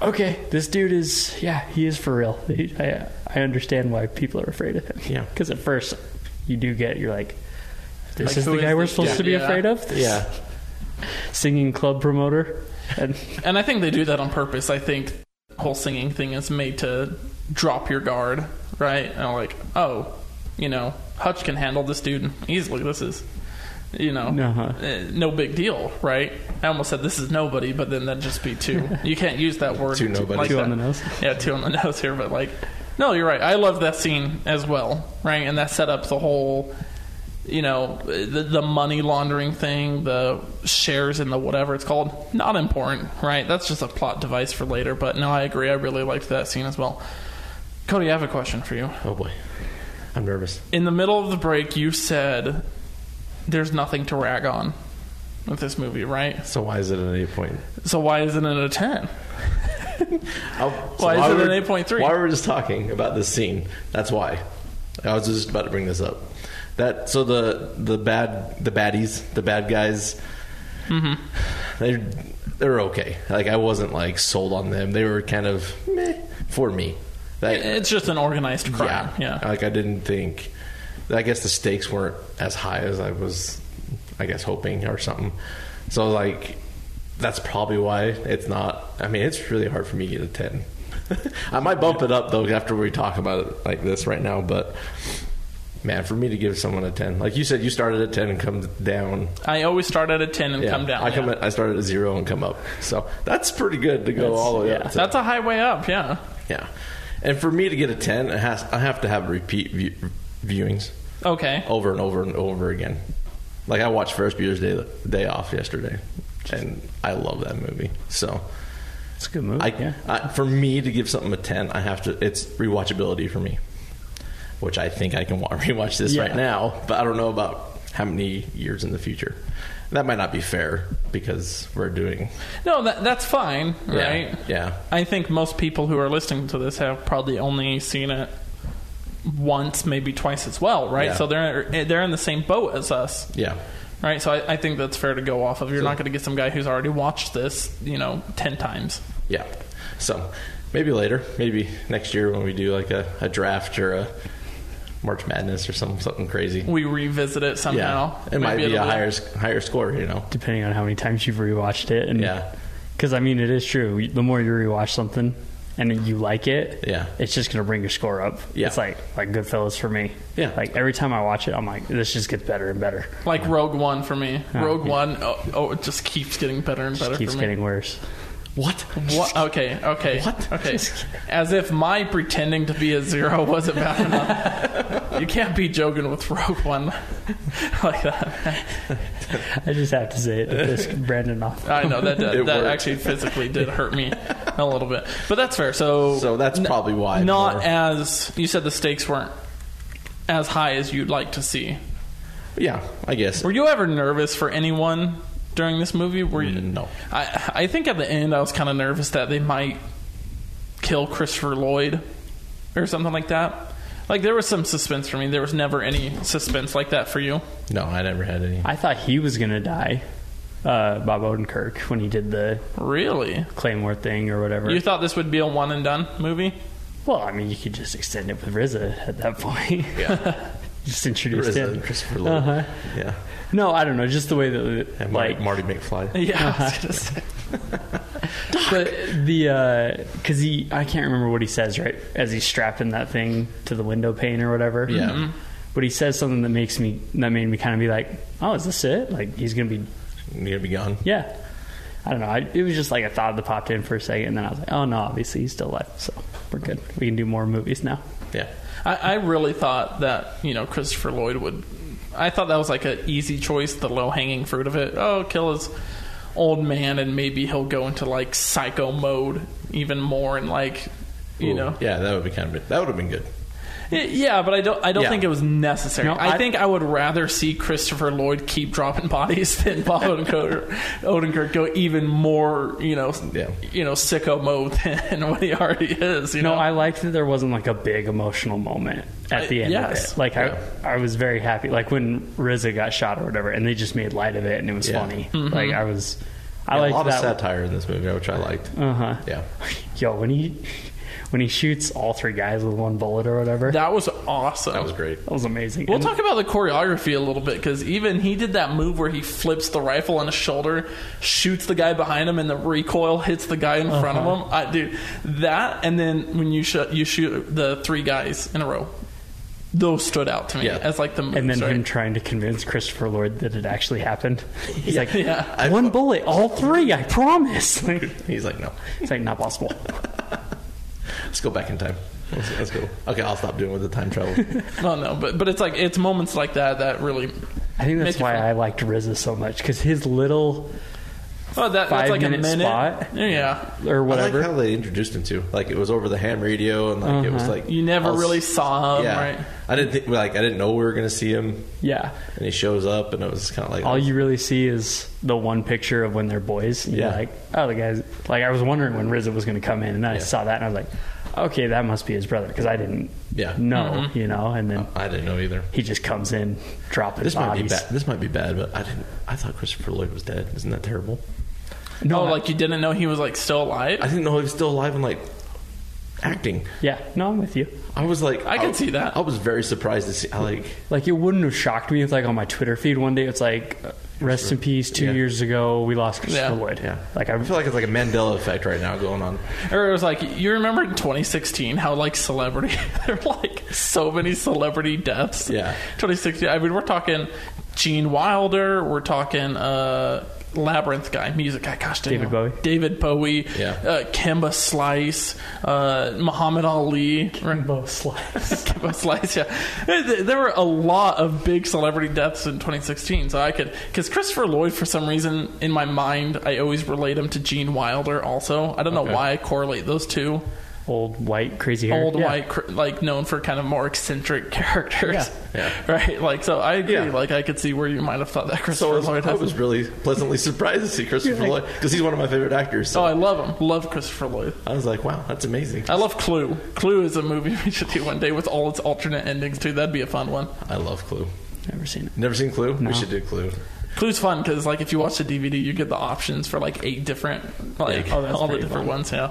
Speaker 3: okay, this dude is, yeah, he is for real. He- I, I understand why people are afraid of him.
Speaker 2: Yeah.
Speaker 3: Because at first, you do get, you're like, this
Speaker 1: Like,
Speaker 3: is
Speaker 1: who
Speaker 3: the
Speaker 1: is
Speaker 3: guy we're
Speaker 1: this
Speaker 3: supposed
Speaker 1: dude?
Speaker 3: to be
Speaker 1: Yeah.
Speaker 3: afraid of? This
Speaker 2: Yeah.
Speaker 3: Singing club promoter? And
Speaker 1: And I think they do that on purpose. I think the whole singing thing is made to drop your guard, right? And like, oh, you know, Hutch can handle this dude easily. This is, you know,
Speaker 3: Uh-huh.
Speaker 1: eh, no big deal, right? I almost said this is nobody, but then that'd just be two. you can't use that word.
Speaker 2: Two nobodies.
Speaker 1: like
Speaker 3: two
Speaker 1: that.
Speaker 3: on the nose.
Speaker 1: Yeah, two on the <laughs> nose here, but like, no, you're right. I love that scene as well, right? And that set up the whole, you know, the, the money laundering thing, the shares in the whatever it's called. Not important, right? That's just a plot device for later. But no, I agree. I really liked that scene as well. Cody, I have a question for you.
Speaker 2: Oh boy, I'm nervous.
Speaker 1: In the middle of the break, you said there's nothing to rag on with this movie, right?
Speaker 2: So why is it an eight point?
Speaker 1: So why isn't it a 10?
Speaker 2: Oh, so
Speaker 1: Why is it
Speaker 2: we
Speaker 1: an
Speaker 2: were-
Speaker 1: 8.3?
Speaker 2: Why were we just talking about this scene? That's why. I was just about to bring this up. That so the the bad the baddies the bad guys. Mm-hmm. They they're okay. Like I wasn't like sold on them. They were kind of meh for me. That,
Speaker 1: It's just an organized crime. Yeah.
Speaker 2: Like I didn't think. I guess the stakes weren't as high as I was, I guess hoping or something. So like, that's probably why it's not. I mean, it's really hard for me to get a ten. <laughs> I might bump it up though after we talk about it like this right now, but. Man, for me to give someone a ten, like you said, you started at ten and come down.
Speaker 1: I always start at a 10 and
Speaker 2: Yeah,
Speaker 1: come down.
Speaker 2: I come.
Speaker 1: yeah.
Speaker 2: At, I started at zero and come up. So that's pretty good to go
Speaker 3: That's-
Speaker 2: all the way
Speaker 3: yeah.
Speaker 2: up. To
Speaker 1: That's a high way up, yeah.
Speaker 2: yeah, and for me to get a ten, it has I have to have repeat view, viewings
Speaker 1: Okay.
Speaker 2: over and over and over again. Like I watched Ferris Bueller's Day Day Off yesterday, and I love that movie. So
Speaker 3: It's a good movie.
Speaker 2: I,
Speaker 3: yeah.
Speaker 2: I for me to give something a ten, I have to. It's rewatchability for me, which I think I can wa- <laughs> rewatch this
Speaker 3: Yeah.
Speaker 2: right now, but I don't know about how many years in the future. That might not be fair because we're doing
Speaker 1: No, that, that's fine,
Speaker 2: yeah,
Speaker 1: right?
Speaker 2: yeah.
Speaker 1: I think most people who are listening to this have probably only seen it once, maybe twice as well, right?
Speaker 2: Yeah.
Speaker 1: So they're they're in the same boat as us,
Speaker 2: Yeah,
Speaker 1: right? So I, I think that's fair to go off of. You're
Speaker 2: So-
Speaker 1: not going to get some guy who's already watched this, you know, ten times.
Speaker 2: Yeah. So maybe later, maybe next year when we do like a, a draft or a March Madness or something, something crazy.
Speaker 1: We revisit it somehow.
Speaker 2: It might
Speaker 1: Maybe
Speaker 2: be a
Speaker 1: it'll
Speaker 2: higher s- higher score, you know.
Speaker 3: Depending on how many times you've rewatched it. And,
Speaker 2: Yeah.
Speaker 3: Because, I mean, it is true. The more you rewatch something and you like it,
Speaker 2: Yeah.
Speaker 3: it's just going to bring your score up.
Speaker 2: Yeah.
Speaker 3: It's like, like Goodfellas for me.
Speaker 2: Yeah.
Speaker 3: Like, every time I watch it, I'm like, this just gets better and better.
Speaker 1: like Rogue One for me.
Speaker 3: Oh,
Speaker 1: Rogue
Speaker 3: yeah.
Speaker 1: One, oh, oh, it just keeps getting better and
Speaker 3: Just
Speaker 1: better.
Speaker 3: keeps
Speaker 1: for me.
Speaker 3: getting worse.
Speaker 2: What?
Speaker 1: What? <laughs> Okay, okay.
Speaker 2: What?
Speaker 1: Okay. As if my pretending to be a zero wasn't bad enough. you can't be joking with Rogue One <laughs> like that.
Speaker 3: <laughs> I just have to say it
Speaker 2: <laughs>
Speaker 3: to piss Brandon off.
Speaker 1: I know that
Speaker 2: It
Speaker 1: did, that
Speaker 2: worked.
Speaker 1: actually physically did hurt me a little bit, but that's fair. So,
Speaker 2: So that's probably why I'm
Speaker 1: Not
Speaker 2: more-
Speaker 1: as you said, the stakes weren't as high as you'd like to see.
Speaker 2: yeah, I guess.
Speaker 1: Were you ever nervous for anyone during this movie? Were you?
Speaker 2: Mm, No.
Speaker 1: I I think at the end I was kind of nervous that they might kill Christopher Lloyd or something like that. Like there was some suspense for me. There was never any suspense like that for you.
Speaker 2: No, I never had any.
Speaker 3: I thought he was gonna die, uh, Bob Odenkirk, when he did the
Speaker 1: Really?
Speaker 3: Claymore thing or whatever.
Speaker 1: You thought this would be a one and done movie? <laughs>
Speaker 3: well, I mean, you could just extend it with RZA at that point.
Speaker 2: Yeah.
Speaker 3: <laughs> just introduce
Speaker 2: RZA
Speaker 3: him.
Speaker 2: and Christopher Lloyd.
Speaker 3: Uh-huh.
Speaker 2: Yeah.
Speaker 3: No, I don't know. Just the way that,
Speaker 2: And
Speaker 3: like,
Speaker 2: Marty, Marty McFly.
Speaker 1: Yeah. I was gonna say.
Speaker 3: but the because he, I can't remember what he says right as he's strapping that thing to the window pane or whatever.
Speaker 2: Yeah.
Speaker 3: But he says something that makes me that made me kind of be like, oh, is this it? Like he's gonna be
Speaker 2: You're gonna be gone.
Speaker 3: yeah. I don't know. I, it was just like a thought that popped in for a second, and then I was like, oh no, obviously he's still alive, so we're good. We can do more movies now.
Speaker 2: Yeah.
Speaker 1: I, I really thought that you know Christopher Lloyd would. I thought that was like an easy choice, the low hanging fruit of it. Oh, kill his old man, and maybe he'll go into like psycho mode even more, and like you
Speaker 2: Ooh,
Speaker 1: know,
Speaker 2: Yeah, that would be kind of that would have been good.
Speaker 1: Y- <laughs> yeah. But I don't. I don't
Speaker 2: Yeah.
Speaker 1: think it was necessary.
Speaker 3: No,
Speaker 1: I,
Speaker 3: I-
Speaker 1: think I would rather see Christopher Lloyd keep dropping <laughs> bodies than Bob Odenkirk, Odenkirk go even more. You know,
Speaker 2: Yeah.
Speaker 1: you know, sicko mode <laughs> than what he already is. You
Speaker 3: No,
Speaker 1: know,
Speaker 3: I liked that there wasn't like a big emotional moment at the
Speaker 1: I-
Speaker 3: end of
Speaker 1: yes.
Speaker 3: it. Like
Speaker 2: Yeah.
Speaker 3: I, I was very happy. Like when RZA got shot or whatever, and they just made light of it, and it was
Speaker 2: Yeah.
Speaker 3: funny.
Speaker 1: Mm-hmm.
Speaker 3: Like I was, I
Speaker 2: Yeah,
Speaker 3: liked
Speaker 2: a lot
Speaker 3: that.
Speaker 2: of satire in this movie, which I liked.
Speaker 3: Uh huh.
Speaker 2: Yeah.
Speaker 3: <laughs> Yo, when he when he shoots all three guys with one bullet or whatever, that,
Speaker 1: that was awesome.
Speaker 2: That was great.
Speaker 3: was amazing.
Speaker 1: We'll
Speaker 3: And-
Speaker 1: talk about the choreography a little bit because even he did that move where he flips the rifle on his shoulder, shoots the guy behind him, and the recoil hits the guy in front of
Speaker 3: Uh-huh.
Speaker 1: him. I, dude, that and then when you shoot you shoot the three guys in a row, those stood out to me
Speaker 2: Yeah.
Speaker 1: as like the moves,
Speaker 3: and then
Speaker 1: right?
Speaker 3: him trying to convince Christopher Lloyd that it actually happened.
Speaker 2: <laughs>
Speaker 3: He's like,
Speaker 1: yeah.
Speaker 2: I-
Speaker 3: one bullet, all three, I promise. <laughs> Like,
Speaker 2: He's like, no,
Speaker 3: it's like not possible.
Speaker 2: let's go back in time. Let's, let's go. Okay, I'll stop doing with the time travel.
Speaker 1: well, no, but but it's like it's moments like that that really.
Speaker 3: I think that's
Speaker 1: Make it
Speaker 3: why
Speaker 1: fun.
Speaker 3: I liked RZA so much because his little
Speaker 1: Oh, that, that's
Speaker 3: Five
Speaker 1: like
Speaker 3: minute
Speaker 1: a minute.
Speaker 3: spot?
Speaker 1: Yeah,
Speaker 3: or
Speaker 2: I
Speaker 3: whatever.
Speaker 2: like how they introduced him to. Like it was over the ham radio, and like it was
Speaker 3: Uh-huh.
Speaker 2: like
Speaker 1: you never
Speaker 2: all s-
Speaker 1: really saw him,
Speaker 2: yeah.
Speaker 1: right?
Speaker 2: I didn't think like I didn't know we were gonna see him,
Speaker 3: yeah.
Speaker 2: and he shows up, and it was kind of like
Speaker 3: All you really see is the one picture of when they're boys. And yeah.
Speaker 2: Yeah.
Speaker 3: You're like, oh, the guys. Like, I was wondering when RZA was going to come in, and then I
Speaker 2: Yeah.
Speaker 3: saw that, and I was like, okay, that must be his brother because I didn't
Speaker 2: Yeah. Mm-hmm.
Speaker 3: know, you know. And then
Speaker 2: I didn't know either.
Speaker 3: he just comes in, dropping
Speaker 2: This might be
Speaker 3: bodies.
Speaker 2: bad. This might be bad, but I didn't. I thought Christopher Lloyd was dead. Isn't that terrible?
Speaker 1: No,
Speaker 2: Oh,
Speaker 3: I-
Speaker 1: Oh, like you didn't know he was like still alive.
Speaker 2: I didn't know he was still alive and like acting.
Speaker 3: Yeah, no, I'm with you.
Speaker 2: I was like,
Speaker 1: I can see that.
Speaker 2: I was very surprised to see. I like,
Speaker 3: Like, it wouldn't have shocked me if, like, on my Twitter feed one day, it's like, uh, rest in peace, two
Speaker 2: Yeah.
Speaker 3: years ago, we lost Christopher
Speaker 1: Yeah.
Speaker 3: Lloyd.
Speaker 2: yeah.
Speaker 3: Like,
Speaker 2: I
Speaker 3: I,
Speaker 2: feel like it's like a Mandela effect right now going on.
Speaker 1: Or it was like you remember in 2016 how like celebrity <laughs> there were like so many celebrity deaths.
Speaker 2: Yeah.
Speaker 1: 2016. I mean, we're talking Gene Wilder. We're talking uh, Labyrinth guy, music guy. Gosh, dang
Speaker 3: David
Speaker 1: it.
Speaker 3: Bowie.
Speaker 1: David Bowie.
Speaker 2: Yeah.
Speaker 1: Uh, Kimba Slice. Uh, Muhammad Ali.
Speaker 3: Rainbow
Speaker 1: <laughs>
Speaker 3: Slice.
Speaker 1: Kimba Slice. Yeah. There there were a lot of big celebrity deaths in 2016. So I could because Christopher Lloyd for some reason in my mind I always relate him to Gene Wilder. Also, I don't know
Speaker 2: Okay.
Speaker 1: why I correlate those two
Speaker 3: Old white crazy hair.
Speaker 1: old
Speaker 3: Yeah.
Speaker 1: white cr- like known for kind of more eccentric characters
Speaker 2: Yeah.
Speaker 1: <laughs> right like so i agree
Speaker 2: Yeah.
Speaker 1: like i could see where you might have thought that
Speaker 2: So I
Speaker 1: christopher
Speaker 2: was,
Speaker 1: lloyd
Speaker 2: I
Speaker 1: has
Speaker 2: was really pleasantly surprised to see Christopher
Speaker 3: You're
Speaker 2: Lloyd
Speaker 3: like-
Speaker 2: because he's one of my favorite actors.
Speaker 1: oh
Speaker 2: So
Speaker 1: i love him love christopher lloyd
Speaker 2: I was like, wow, that's amazing.
Speaker 1: i love clue clue is a movie <laughs> we should do one day with all its alternate endings too that'd be a fun one
Speaker 2: I love Clue.
Speaker 3: Never seen it.
Speaker 2: Never seen Clue?
Speaker 3: No.
Speaker 2: We should do Clue.
Speaker 1: clue's fun because like if you watch the dvd you get the options for like eight different like
Speaker 2: Yeah. Oh, that's
Speaker 1: all the
Speaker 2: pretty
Speaker 1: different
Speaker 2: fun.
Speaker 1: ones yeah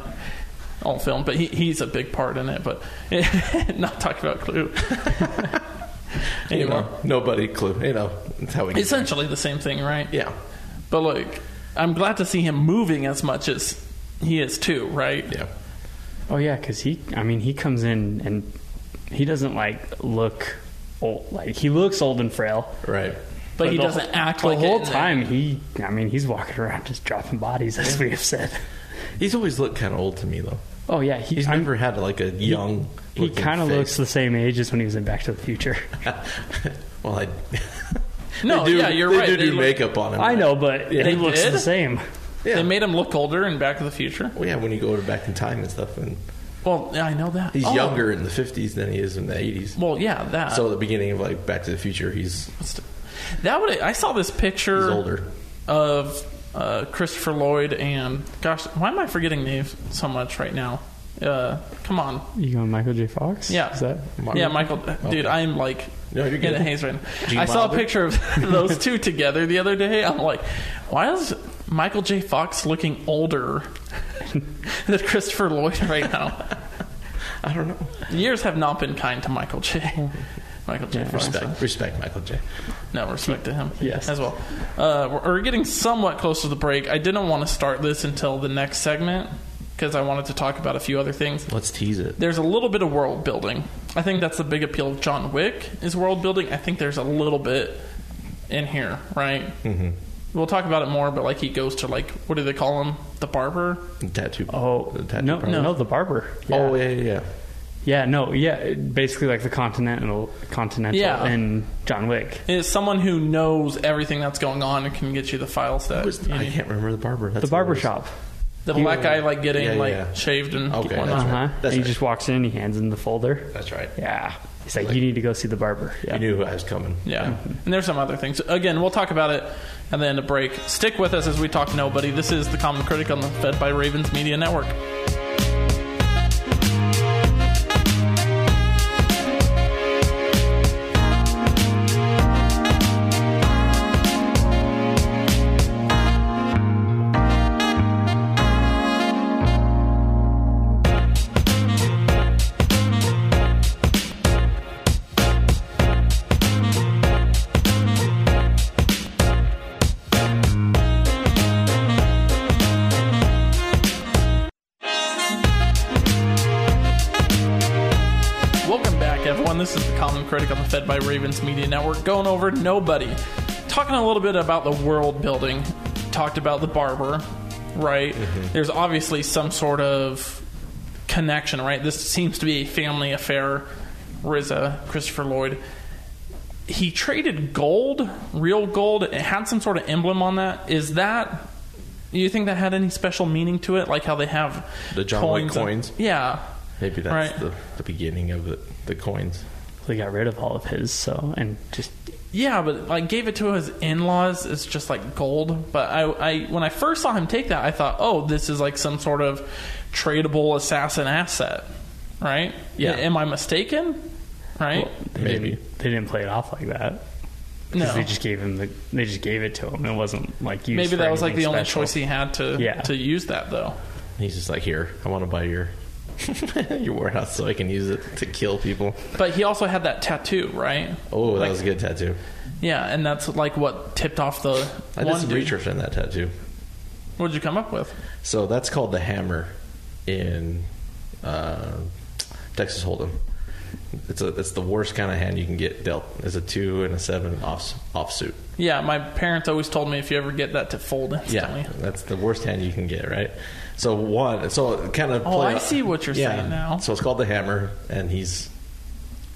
Speaker 1: all film but he, he's a big part in it but <laughs> not talking about clue <laughs>
Speaker 2: You
Speaker 1: anymore
Speaker 2: know, nobody Clue. You know, that's how we. Get there.
Speaker 1: essentially the same thing right
Speaker 2: yeah,
Speaker 1: But like, I'm glad to see him moving as much as he is too, right?
Speaker 2: yeah.
Speaker 3: Oh yeah, because he. I mean, he comes in and he doesn't like look old. Like he looks old and frail.
Speaker 2: Right.
Speaker 1: But, he
Speaker 3: the
Speaker 1: doesn't
Speaker 3: whole-
Speaker 1: act
Speaker 3: the
Speaker 1: like it
Speaker 3: whole
Speaker 1: in the-
Speaker 3: time. He. I mean, he's walking around just dropping bodies, as we have said.
Speaker 2: He's always looked kind of old to me though.
Speaker 3: Oh yeah, he,
Speaker 2: He's
Speaker 3: I'm-
Speaker 2: never had like a young.
Speaker 3: he kind of looks the same age as when he was in Back to the Future.
Speaker 2: <laughs> well,
Speaker 3: <laughs>
Speaker 2: I.
Speaker 1: No,
Speaker 2: they do,
Speaker 1: yeah, you're
Speaker 2: they
Speaker 1: right.
Speaker 2: Do
Speaker 1: They
Speaker 2: do
Speaker 1: look-
Speaker 2: makeup on him.
Speaker 3: I know, but
Speaker 2: Yeah.
Speaker 3: he
Speaker 2: They
Speaker 3: looks
Speaker 1: did?
Speaker 3: the same.
Speaker 2: Yeah.
Speaker 1: They made him look older in Back to the Future.
Speaker 2: Well, yeah, when you go over back in time and stuff, and
Speaker 1: Well, yeah, I know that.
Speaker 2: he's
Speaker 1: Oh,
Speaker 2: younger in the '50s than he is in the '80s.
Speaker 1: Well, yeah, that.
Speaker 2: so at the beginning of like Back to the Future, he's
Speaker 1: What's the- that would I saw this picture
Speaker 2: he's older.
Speaker 1: of uh, Christopher Lloyd and gosh, why am I forgetting names so much right now? Uh, come on,
Speaker 3: You going Michael J. Fox?
Speaker 1: Yeah.
Speaker 3: Is that?
Speaker 2: Michael-
Speaker 1: yeah, Michael, dude, I'm like
Speaker 2: No, you're
Speaker 1: in a
Speaker 2: good.
Speaker 1: haze
Speaker 2: <laughs>
Speaker 1: right now.
Speaker 2: Gene
Speaker 1: I saw a
Speaker 2: Wilder?
Speaker 1: picture
Speaker 2: <laughs>
Speaker 1: of those two together the other day. I'm like, why is Michael J. Fox looking older <laughs> than Christopher Lloyd right
Speaker 2: <laughs>
Speaker 1: now?
Speaker 2: I don't
Speaker 3: Oh,
Speaker 2: know.
Speaker 1: Years have not been kind to Michael J. <laughs> Michael J. Fox.
Speaker 2: Respect, respect, Michael J.
Speaker 1: No respect to him.
Speaker 3: Yes.
Speaker 1: as well. Uh, we're, we're getting somewhat close to the break. I didn't want to start this until the next segment because I wanted to talk about a few other things.
Speaker 2: Let's tease it.
Speaker 1: There's a little bit of world building. I think that's the big appeal of John Wick is world building. I think there's a little bit in here, right? Mm-hmm. We'll talk about it more, but like he goes to like what do they call him? The barber.
Speaker 2: Tattoo.
Speaker 3: Oh
Speaker 2: the tattoo
Speaker 3: no,
Speaker 2: parlor.
Speaker 3: no, the barber.
Speaker 2: Oh yeah, yeah, yeah.
Speaker 3: Yeah, no, yeah, basically like the continental, continental,
Speaker 1: Yeah.
Speaker 3: in John Wick.
Speaker 1: Is someone who knows everything that's going on and can get you the files that
Speaker 2: Who is-
Speaker 1: you
Speaker 2: I
Speaker 1: need.
Speaker 2: can't remember the barber. That's
Speaker 3: The barber shop.
Speaker 1: the black guy like getting
Speaker 2: Yeah, yeah,
Speaker 1: like
Speaker 2: yeah.
Speaker 1: shaved and
Speaker 2: Okay,
Speaker 1: whatnot.
Speaker 2: that's
Speaker 3: Uh
Speaker 2: right.
Speaker 3: huh.
Speaker 2: That's
Speaker 3: He
Speaker 2: right.
Speaker 3: just walks in, he hands in the folder.
Speaker 2: That's right.
Speaker 3: Yeah, he's like, you need to go see the barber. Yeah.
Speaker 2: You knew I was coming.
Speaker 1: Yeah. And there's some other things. Again, we'll talk about it at the end of break. Stick with us as we talk nobody. This is the Common Critic on the Fed by Ravens Media Network. Welcome back, everyone. This is the Common Critic on the Fed by Ravens Media Network. Going over nobody. Talking a little bit about the world building. Talked about the barber, right?
Speaker 2: Mm-hmm.
Speaker 1: There's obviously some sort of connection, right? This seems to be a family affair. Riza, Christopher Lloyd. he traded gold, real gold. It had some sort of emblem on that. Is that? Do you think that had any special meaning to it? Like how they have
Speaker 2: The John Wick
Speaker 1: on-
Speaker 2: coins?
Speaker 1: yeah.
Speaker 2: Maybe that's
Speaker 1: Right.
Speaker 2: the, the beginning of the, the coins.
Speaker 3: They got rid of all of his, so and just
Speaker 1: Yeah, but like gave it to his in-laws. It's just like gold. But I, I when I first saw him take that, I thought, oh, this is like some sort of tradable assassin asset, right?
Speaker 2: Yeah.
Speaker 1: Am I mistaken? Right?
Speaker 3: they
Speaker 2: Maybe.
Speaker 3: didn't, they didn't play it off like that. 'Cause
Speaker 1: No.
Speaker 3: they just gave him the they just gave it to him. It wasn't like used
Speaker 1: Maybe
Speaker 3: for
Speaker 1: that was like the
Speaker 3: anything
Speaker 1: only
Speaker 3: special.
Speaker 1: choice he had to
Speaker 3: Yeah.
Speaker 1: to use that though.
Speaker 2: He's just like, here, I want to buy your <laughs> your warehouse so I can use it to kill people.
Speaker 1: But he also had that tattoo, right?
Speaker 2: Oh,
Speaker 1: Like-
Speaker 2: that was a good tattoo.
Speaker 1: Yeah, and that's like what tipped off the
Speaker 2: I did
Speaker 1: one
Speaker 2: some
Speaker 1: dude.
Speaker 2: research on that tattoo.
Speaker 1: What'd you come up with?
Speaker 2: So that's called the hammer in uh, Texas Hold'em. It's a it's the worst kind of hand you can get dealt. It's a two and a seven off offsuit.
Speaker 1: Yeah, my parents always told me if you ever get that to fold instantly.
Speaker 2: Yeah, that's the worst hand you can get, right? So one, so kind of.
Speaker 1: Oh, I see what you're saying now.
Speaker 2: So it's called the hammer, and he's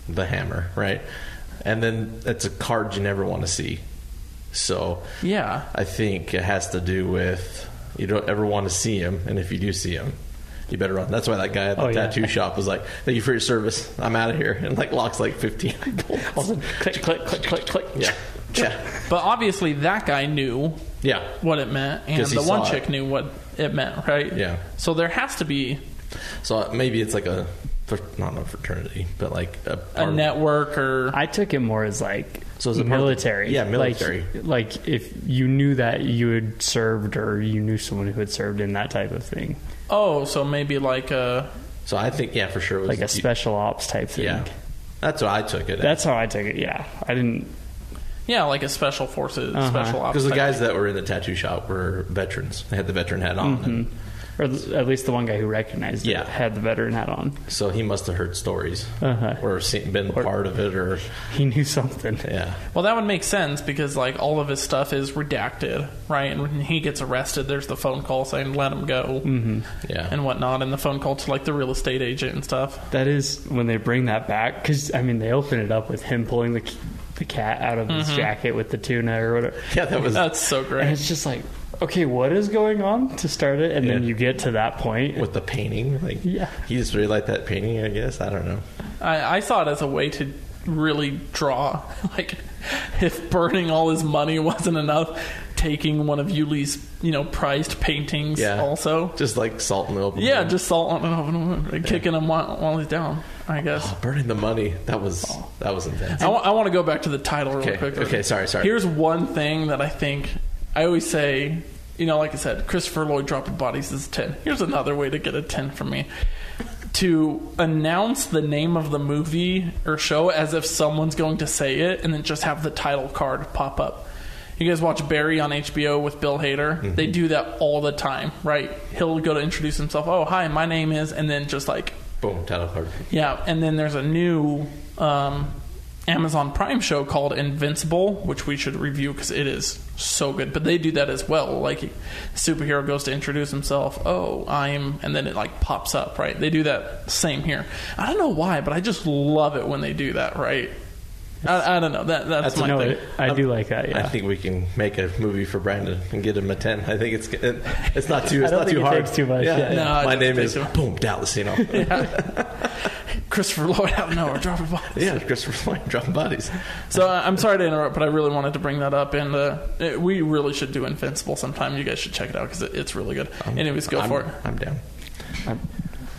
Speaker 2: the hammer, right? And then it's a card you never want to see. So
Speaker 1: Yeah.
Speaker 2: I think it has to do with you don't ever want to see him, and if you do see him, you better run. That's why that guy at the
Speaker 3: Oh, yeah.
Speaker 2: tattoo shop was like, "Thank you for your service. I'm out of here," and like locks like <laughs> 15.
Speaker 1: <laughs>
Speaker 2: people.
Speaker 3: click click click click click.
Speaker 2: yeah, yeah,
Speaker 1: But obviously that guy knew
Speaker 2: yeah.
Speaker 1: what it meant and
Speaker 2: 'Cause he
Speaker 1: the one
Speaker 2: saw
Speaker 1: chick
Speaker 2: it.
Speaker 1: knew what it meant, right?
Speaker 2: Yeah.
Speaker 1: So there has to be
Speaker 2: So uh, maybe it's like a fr- not a fraternity, but like a,
Speaker 1: a
Speaker 2: part-
Speaker 1: network or
Speaker 3: I took it more as like
Speaker 2: So is it part of the-
Speaker 3: military.
Speaker 2: Yeah,
Speaker 3: Like-
Speaker 2: military.
Speaker 3: Like, if you knew that you had served or you knew someone who had served in that type of thing,
Speaker 1: oh, so maybe like a
Speaker 2: So I think yeah, for sure, it was
Speaker 3: like a special ops type thing.
Speaker 2: Yeah, that's what I took it.
Speaker 3: That's how I took it. Yeah, I didn't.
Speaker 1: yeah, like a special forces
Speaker 3: Uh-huh.
Speaker 1: special ops.
Speaker 2: because the
Speaker 1: type.
Speaker 3: Mm-hmm.
Speaker 2: guys that were in the tattoo shop were veterans. They had the veteran hat on. And
Speaker 3: or th- at least the one guy who recognized
Speaker 2: Yeah.
Speaker 3: it had the veteran hat on.
Speaker 2: So he must have heard stories
Speaker 3: Uh-huh.
Speaker 2: or seen, been part of it or
Speaker 3: He knew something.
Speaker 2: yeah.
Speaker 1: Well, that would make sense because like all of his stuff is redacted, right? And when he gets arrested, there's the phone call saying "let him go"
Speaker 2: Mm-hmm. Yeah.
Speaker 1: and whatnot, and the phone call to like the real estate agent and stuff.
Speaker 3: That is when they bring that back because I mean they open it up with him pulling the c- the cat out of
Speaker 2: Mm-hmm.
Speaker 3: his jacket with the tuna or whatever.
Speaker 2: yeah, that was
Speaker 3: Uh,
Speaker 1: That's so
Speaker 3: And
Speaker 1: great.
Speaker 3: it's just like, okay, what is going on to start it? And then
Speaker 2: Yeah.
Speaker 3: you get to that point.
Speaker 2: with the painting. Like
Speaker 3: Yeah.
Speaker 2: he just really liked that painting, I guess. I don't know.
Speaker 1: I, I saw it as a way to really draw, <laughs> like if burning all his money <laughs> wasn't enough, taking one of Yuli's you know prized paintings
Speaker 2: Yeah.
Speaker 1: also.
Speaker 2: Just like salt in the open.
Speaker 1: Yeah,
Speaker 2: wound.
Speaker 1: just salt on and open, wound, kicking him while, while he's down. I guess.
Speaker 2: Oh, burning the money. That was that was intense.
Speaker 1: I want to go back to the title real
Speaker 2: Okay,
Speaker 1: quick.
Speaker 2: okay, sorry, sorry.
Speaker 1: Here's one thing that I think I always say, you know, like I said, Christopher Lloyd dropping bodies is a 10. Here's another way to get a 10 from me. To announce the name of the movie or show as if someone's going to say it and then just have the title card pop up. You guys watch Barry on HBO with Bill Hader.
Speaker 2: Mm-hmm.
Speaker 1: They do that all the time, right? He'll go to introduce himself. Oh, hi, my name is, and then just like
Speaker 2: Boom, title card.
Speaker 1: yeah, and then there's a new um, Amazon Prime show called Invincible, which we should review because it is so good. But they do that as well. Like, superhero goes to introduce himself. Oh, I'm, and then it like pops up. Right? They do that same here. I don't know why, but I just love it when they do that. Right? I, I don't know. That that's,
Speaker 2: That's
Speaker 1: my
Speaker 3: no,
Speaker 1: thing. <laughs>
Speaker 3: it, I do like
Speaker 2: <laughs>
Speaker 3: that. Yeah.
Speaker 2: I think we can make a movie for Brandon and get him a ten. I think it's it, it's not too
Speaker 3: <laughs> I
Speaker 2: it's
Speaker 3: don't
Speaker 2: not
Speaker 3: think
Speaker 2: too
Speaker 3: it
Speaker 2: hard.
Speaker 3: takes too much, yeah.
Speaker 1: No, it
Speaker 2: My
Speaker 1: doesn't
Speaker 2: name
Speaker 1: take
Speaker 2: is
Speaker 1: too much.
Speaker 2: Boom Dallas.
Speaker 3: <laughs>
Speaker 2: You know.
Speaker 1: Christopher Lloyd out of nowhere dropping bombs.
Speaker 2: yeah, Christopher Lloyd dropping bodies.
Speaker 1: So I- I'm sorry to interrupt, but I really wanted to bring that up, and uh, it, we really should do Invincible sometime. You guys should check it out because it, it's really good. Anyways, go
Speaker 2: I'm,
Speaker 1: for it.
Speaker 2: I'm down.
Speaker 3: I'm,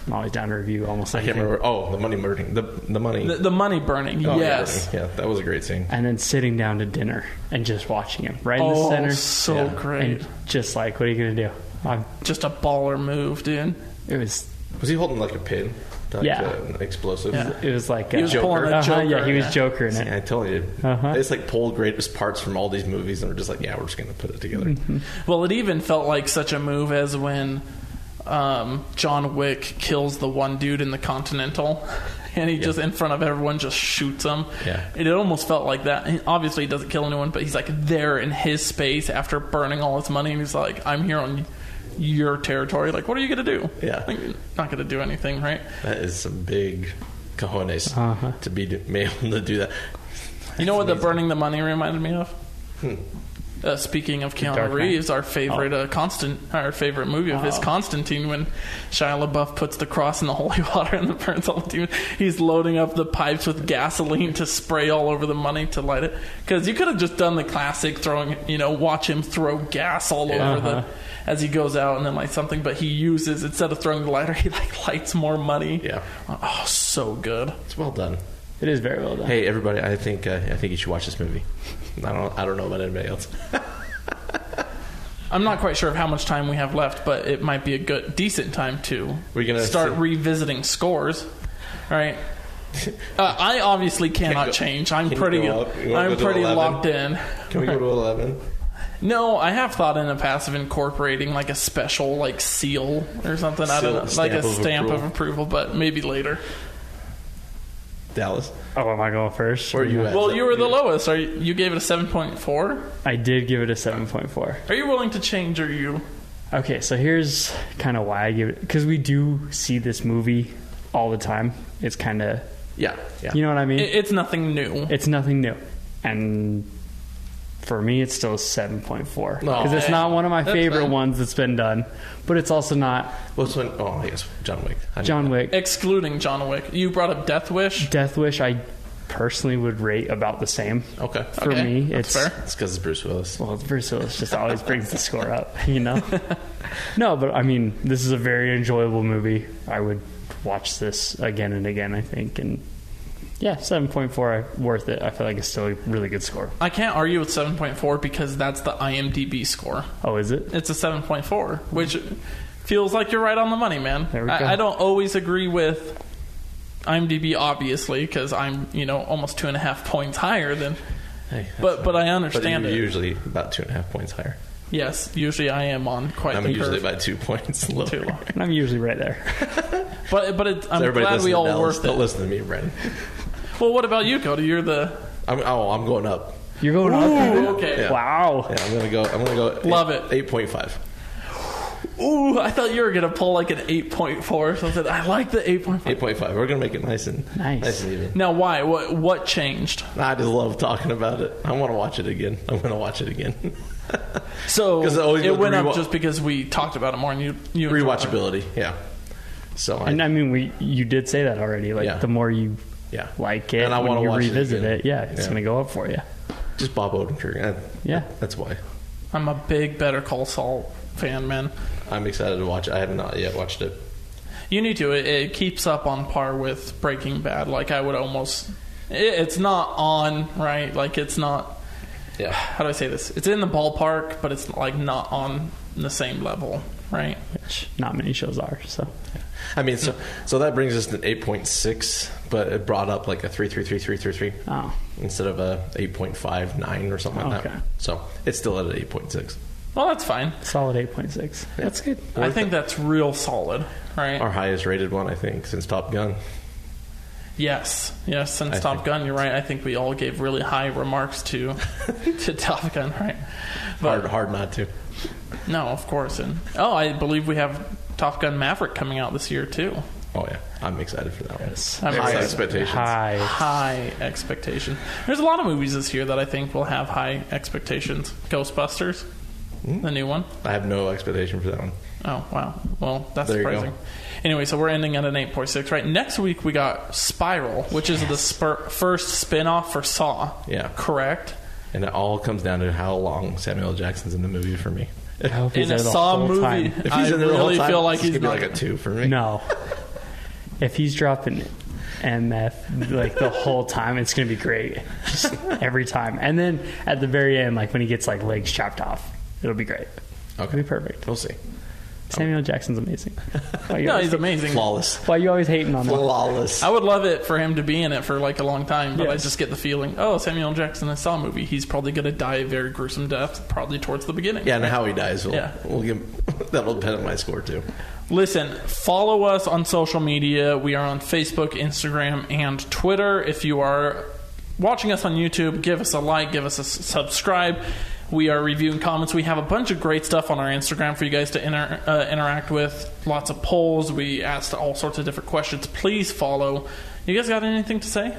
Speaker 3: I'm always down to review almost.
Speaker 2: I can't
Speaker 3: anything.
Speaker 2: remember. Oh, the money murdering. The the money.
Speaker 1: The, the money burning,
Speaker 2: Oh, yeah,
Speaker 1: yes.
Speaker 2: Yeah, that was a great scene.
Speaker 3: And then sitting down to dinner and just watching him right in the
Speaker 1: Oh,
Speaker 3: center.
Speaker 1: so
Speaker 2: Yeah.
Speaker 1: great!
Speaker 3: and just like, what are you gonna do? I'm,
Speaker 1: Just a baller move, dude.
Speaker 3: it was
Speaker 2: Was he holding like a pin? Like
Speaker 3: Yeah.
Speaker 2: uh, an explosive.
Speaker 1: Yeah.
Speaker 3: it was like
Speaker 1: He was
Speaker 2: Joker.
Speaker 1: pulling a
Speaker 3: uh-huh,
Speaker 1: Joker.
Speaker 3: yeah, he was Joker in
Speaker 2: See,
Speaker 3: it.
Speaker 2: I tell you,
Speaker 3: Uh-huh.
Speaker 2: it's like pulled greatest parts from all these movies, and we're just like, yeah, we're just gonna put it together.
Speaker 3: Mm-hmm.
Speaker 1: Well, it even felt like such a move as when um, John Wick kills the one dude in the Continental, <laughs> and he just in front of everyone just shoots him.
Speaker 2: Yeah.
Speaker 1: it, it almost felt like that. He, obviously, he doesn't kill anyone, but he's like there in his space after burning all his money, and he's like, "I'm here on your territory. Like, what are you gonna do?
Speaker 2: Yeah.
Speaker 1: like, you're not gonna do anything, right?
Speaker 2: That is some big cojones
Speaker 3: Uh-huh.
Speaker 2: to be d- be able to do that.
Speaker 1: You know what the burning the money reminded me of? Uh, speaking of Keanu
Speaker 3: Hmm. Dark Knight.
Speaker 1: Reeves, our favorite uh, constant, our favorite movie of his,
Speaker 3: Oh.
Speaker 1: Constantine, when Shia LaBeouf puts the cross in the holy <laughs> water and the burns all the demons, he's loading up the pipes with gasoline to spray all over the money to light it. Because you could have just done the classic throwing, you know, watch him throw gas all
Speaker 2: Yeah.
Speaker 1: over
Speaker 3: Uh-huh.
Speaker 1: the as he goes out and then like something. But he uses instead of throwing the lighter, <laughs> he like lights more money.
Speaker 2: Yeah,
Speaker 1: Oh, so good.
Speaker 2: it's well done.
Speaker 3: It is very well done.
Speaker 2: Hey, everybody, I think uh, I think you should watch this movie. I don't I don't know about anybody else.
Speaker 1: I'm not quite sure of how much time we have left, but it might be a good, decent time to
Speaker 2: We're gonna
Speaker 1: start
Speaker 2: sit-
Speaker 1: revisiting scores. All
Speaker 2: <laughs>
Speaker 1: right. Uh, I obviously cannot
Speaker 2: go-
Speaker 1: change. I'm
Speaker 2: can you
Speaker 1: pretty.
Speaker 2: go up? You wanna
Speaker 1: I'm
Speaker 2: go to
Speaker 1: pretty
Speaker 2: 11?
Speaker 1: locked in.
Speaker 2: Can we go to eleven?
Speaker 1: No, I have thought in the past of incorporating like a special like seal or something. I
Speaker 2: Seal,
Speaker 1: don't know, like a
Speaker 2: stamp of
Speaker 1: stamp
Speaker 2: approval.
Speaker 1: of approval, but maybe later.
Speaker 2: Dallas,
Speaker 3: Oh, am I going first?
Speaker 2: where are you at?
Speaker 1: Well, you were the lowest. Are you, you gave it a seven point four?
Speaker 3: I did give it a seven point four.
Speaker 1: Are you willing to change? Or you?
Speaker 3: Okay, so here's kind of why I give it because we do see this movie all the time. It's kind of
Speaker 2: Yeah, yeah.
Speaker 3: you know what I mean.
Speaker 1: It, it's nothing new.
Speaker 3: it's nothing new, and for me, it's still seven point four because it's
Speaker 1: Okay.
Speaker 3: not one of my
Speaker 1: That's
Speaker 3: favorite
Speaker 1: fine.
Speaker 3: ones that's been done, but it's also not
Speaker 2: What's one? Oh, yes, John Wick. I knew
Speaker 3: John
Speaker 2: that.
Speaker 3: Wick.
Speaker 1: Excluding John Wick, you brought up Death Wish.
Speaker 3: Death Wish, I personally would rate about the same
Speaker 2: Okay,
Speaker 3: for
Speaker 1: Okay,
Speaker 3: me.
Speaker 1: that's
Speaker 3: it's
Speaker 1: fair.
Speaker 2: it's because it's Bruce Willis.
Speaker 3: Well, Bruce Willis just always brings the score up, <laughs> you know. no, but I mean, this is a very enjoyable movie. I would watch this again and again. I think, and yeah, seven point four, worth it. I feel like it's still a really good score.
Speaker 1: I can't argue with 7.4 because that's the IMDb score.
Speaker 3: Oh, is it?
Speaker 1: It's a 7.4, which feels like you're right on the money, man.
Speaker 3: There we
Speaker 1: I,
Speaker 3: go.
Speaker 1: I don't always agree with IMDb, obviously, because I'm you know almost two and a half points higher than.
Speaker 2: Hey, that's
Speaker 1: But but
Speaker 2: fine.
Speaker 1: I understand
Speaker 2: but
Speaker 1: it.
Speaker 2: you're usually about two and a half points higher.
Speaker 1: Yes, usually I am on quite
Speaker 2: I'm
Speaker 1: the
Speaker 2: usually
Speaker 1: curve
Speaker 2: by two <laughs> points. lower.
Speaker 1: too long.
Speaker 3: And I'm usually right there.
Speaker 1: But but it, I'm
Speaker 2: Everybody
Speaker 1: glad
Speaker 2: listen
Speaker 1: we
Speaker 2: to
Speaker 1: all
Speaker 2: Dallas.
Speaker 1: worked
Speaker 2: Don't
Speaker 1: it.
Speaker 2: listen to me, Brandon.
Speaker 1: Well, what about you, Cody? You're the
Speaker 2: I'm, oh, I'm going up.
Speaker 3: You're going up.
Speaker 1: Ooh,
Speaker 3: dude.
Speaker 1: okay.
Speaker 2: Yeah.
Speaker 3: Wow.
Speaker 2: Yeah, I'm gonna go. I'm gonna go.
Speaker 1: Love it.
Speaker 2: Eight point five.
Speaker 1: Ooh, I thought you were gonna pull like an 8.4 or something. I like the 8.5.
Speaker 2: Eight point five. We're gonna make it nice and
Speaker 3: Nice.
Speaker 2: and even.
Speaker 1: Now, why? What what changed?
Speaker 2: I just love talking about it. I want to watch it again. I'm gonna watch it again. <laughs>
Speaker 1: So
Speaker 2: 'Cause it always
Speaker 1: it
Speaker 2: goes
Speaker 1: went
Speaker 2: rewa-
Speaker 1: up just because we talked about it more, and you you
Speaker 2: Rewatchability. Yeah. So I,
Speaker 3: And I mean, we you did say that already. Like
Speaker 2: Yeah.
Speaker 3: the more you
Speaker 2: yeah,
Speaker 3: like it,
Speaker 2: And I
Speaker 3: when
Speaker 2: wanna
Speaker 3: you
Speaker 2: watch it
Speaker 3: revisit
Speaker 2: again.
Speaker 3: it, yeah, it's
Speaker 2: Yeah.
Speaker 3: gonna go up for you.
Speaker 2: just Bob Odenkirk. I-
Speaker 3: Yeah.
Speaker 2: that's why
Speaker 1: I'm a big Better Call Saul fan, man.
Speaker 2: I'm excited to watch. it. I have not yet watched it.
Speaker 1: You need to. It, it keeps up on par with Breaking Bad. Like I would almost. It, it's not on right. Like it's not.
Speaker 2: Yeah,
Speaker 1: How do I say this? It's in the ballpark, but it's like not on the same level, right?
Speaker 3: Which not many shows are. So
Speaker 2: I mean, so so that brings us to eight point six, but it brought up like a three three three three three three
Speaker 3: oh,
Speaker 2: instead of a eight point five nine or something like
Speaker 3: Okay.
Speaker 2: that. So it's still at eight point six.
Speaker 1: Well, that's fine.
Speaker 3: solid eight point six.
Speaker 2: That's good.
Speaker 1: I think that's real solid, right?
Speaker 2: our highest rated one, I think, since Top Gun.
Speaker 1: Yes, yes. Since
Speaker 2: I
Speaker 1: Top
Speaker 2: think-
Speaker 1: Gun, you're right. I think we all gave really high remarks
Speaker 2: <laughs>
Speaker 1: to to Top Gun, right? But
Speaker 2: Hard, hard not to.
Speaker 1: no, of course. And oh, I believe we have Top Gun Maverick coming out this year too.
Speaker 2: Oh yeah, I'm excited for that
Speaker 1: I'm
Speaker 2: one. High
Speaker 1: excited.
Speaker 2: expectations. <laughs>
Speaker 3: Hi.
Speaker 1: High expectation. There's a lot of movies this year that I think will have high expectations. Ghostbusters,
Speaker 2: Hmm.
Speaker 1: the new one.
Speaker 2: I have no expectation for that one.
Speaker 1: Oh wow. Well, that's
Speaker 2: There you go.
Speaker 1: surprising. Anyway, so we're ending at an 8.6, right? Next week we got Spiral, which is the spir- first spin-off for Saw.
Speaker 2: Yeah.
Speaker 1: Correct.
Speaker 2: And it all comes down to how long Samuel L. Jackson's in the movie for me.
Speaker 3: I hope he's
Speaker 1: in a
Speaker 3: there the
Speaker 1: Saw
Speaker 3: whole
Speaker 1: movie.
Speaker 3: time.
Speaker 2: <laughs> If
Speaker 1: I
Speaker 2: he's in there the whole
Speaker 1: really
Speaker 2: time,
Speaker 1: feel like
Speaker 2: it's
Speaker 1: he's
Speaker 2: gonna
Speaker 1: not.
Speaker 2: be like a two for me.
Speaker 3: No. If he's dropping MF like the whole time, it's gonna be great. Just every time. And then at the very end, like when he gets like legs chopped off, it'll be great.
Speaker 2: Okay.
Speaker 3: It'll be perfect.
Speaker 2: We'll see.
Speaker 3: Samuel
Speaker 1: <laughs>
Speaker 3: Jackson's amazing. Why you
Speaker 1: no,
Speaker 3: always,
Speaker 1: he's amazing.
Speaker 2: Flawless.
Speaker 3: why you always hating on him?
Speaker 2: Flawless.
Speaker 1: I would love it for him to be in it for like a long time, but I
Speaker 3: Yes.
Speaker 1: just get the feeling, oh, Samuel L. Jackson, I saw a movie. He's probably going to die a very gruesome death, probably towards the beginning.
Speaker 2: Yeah, and how he dies will
Speaker 1: Yeah.
Speaker 2: will give <laughs> that'll depend on my score too.
Speaker 1: Listen, follow us on social media. We are on Facebook, Instagram, and Twitter. If you are watching us on YouTube, give us a like, give us a s- subscribe. We are reviewing comments. We have a bunch of great stuff on our Instagram for you guys to inter- uh, interact with. Lots of polls. We asked all sorts of different questions. Please follow. You guys got anything to say?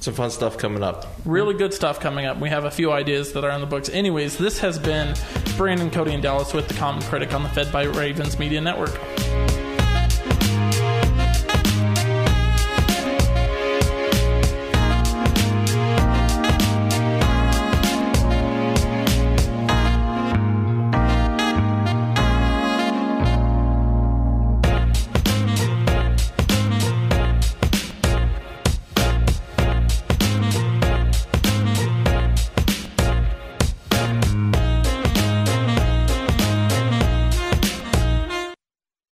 Speaker 2: Some fun stuff coming up.
Speaker 1: Really good stuff coming up. We have a few ideas that are in the books. Anyways, this has been Brandon, Cody, and Dallas with the Common Critic on the Fed by Ravens Media Network.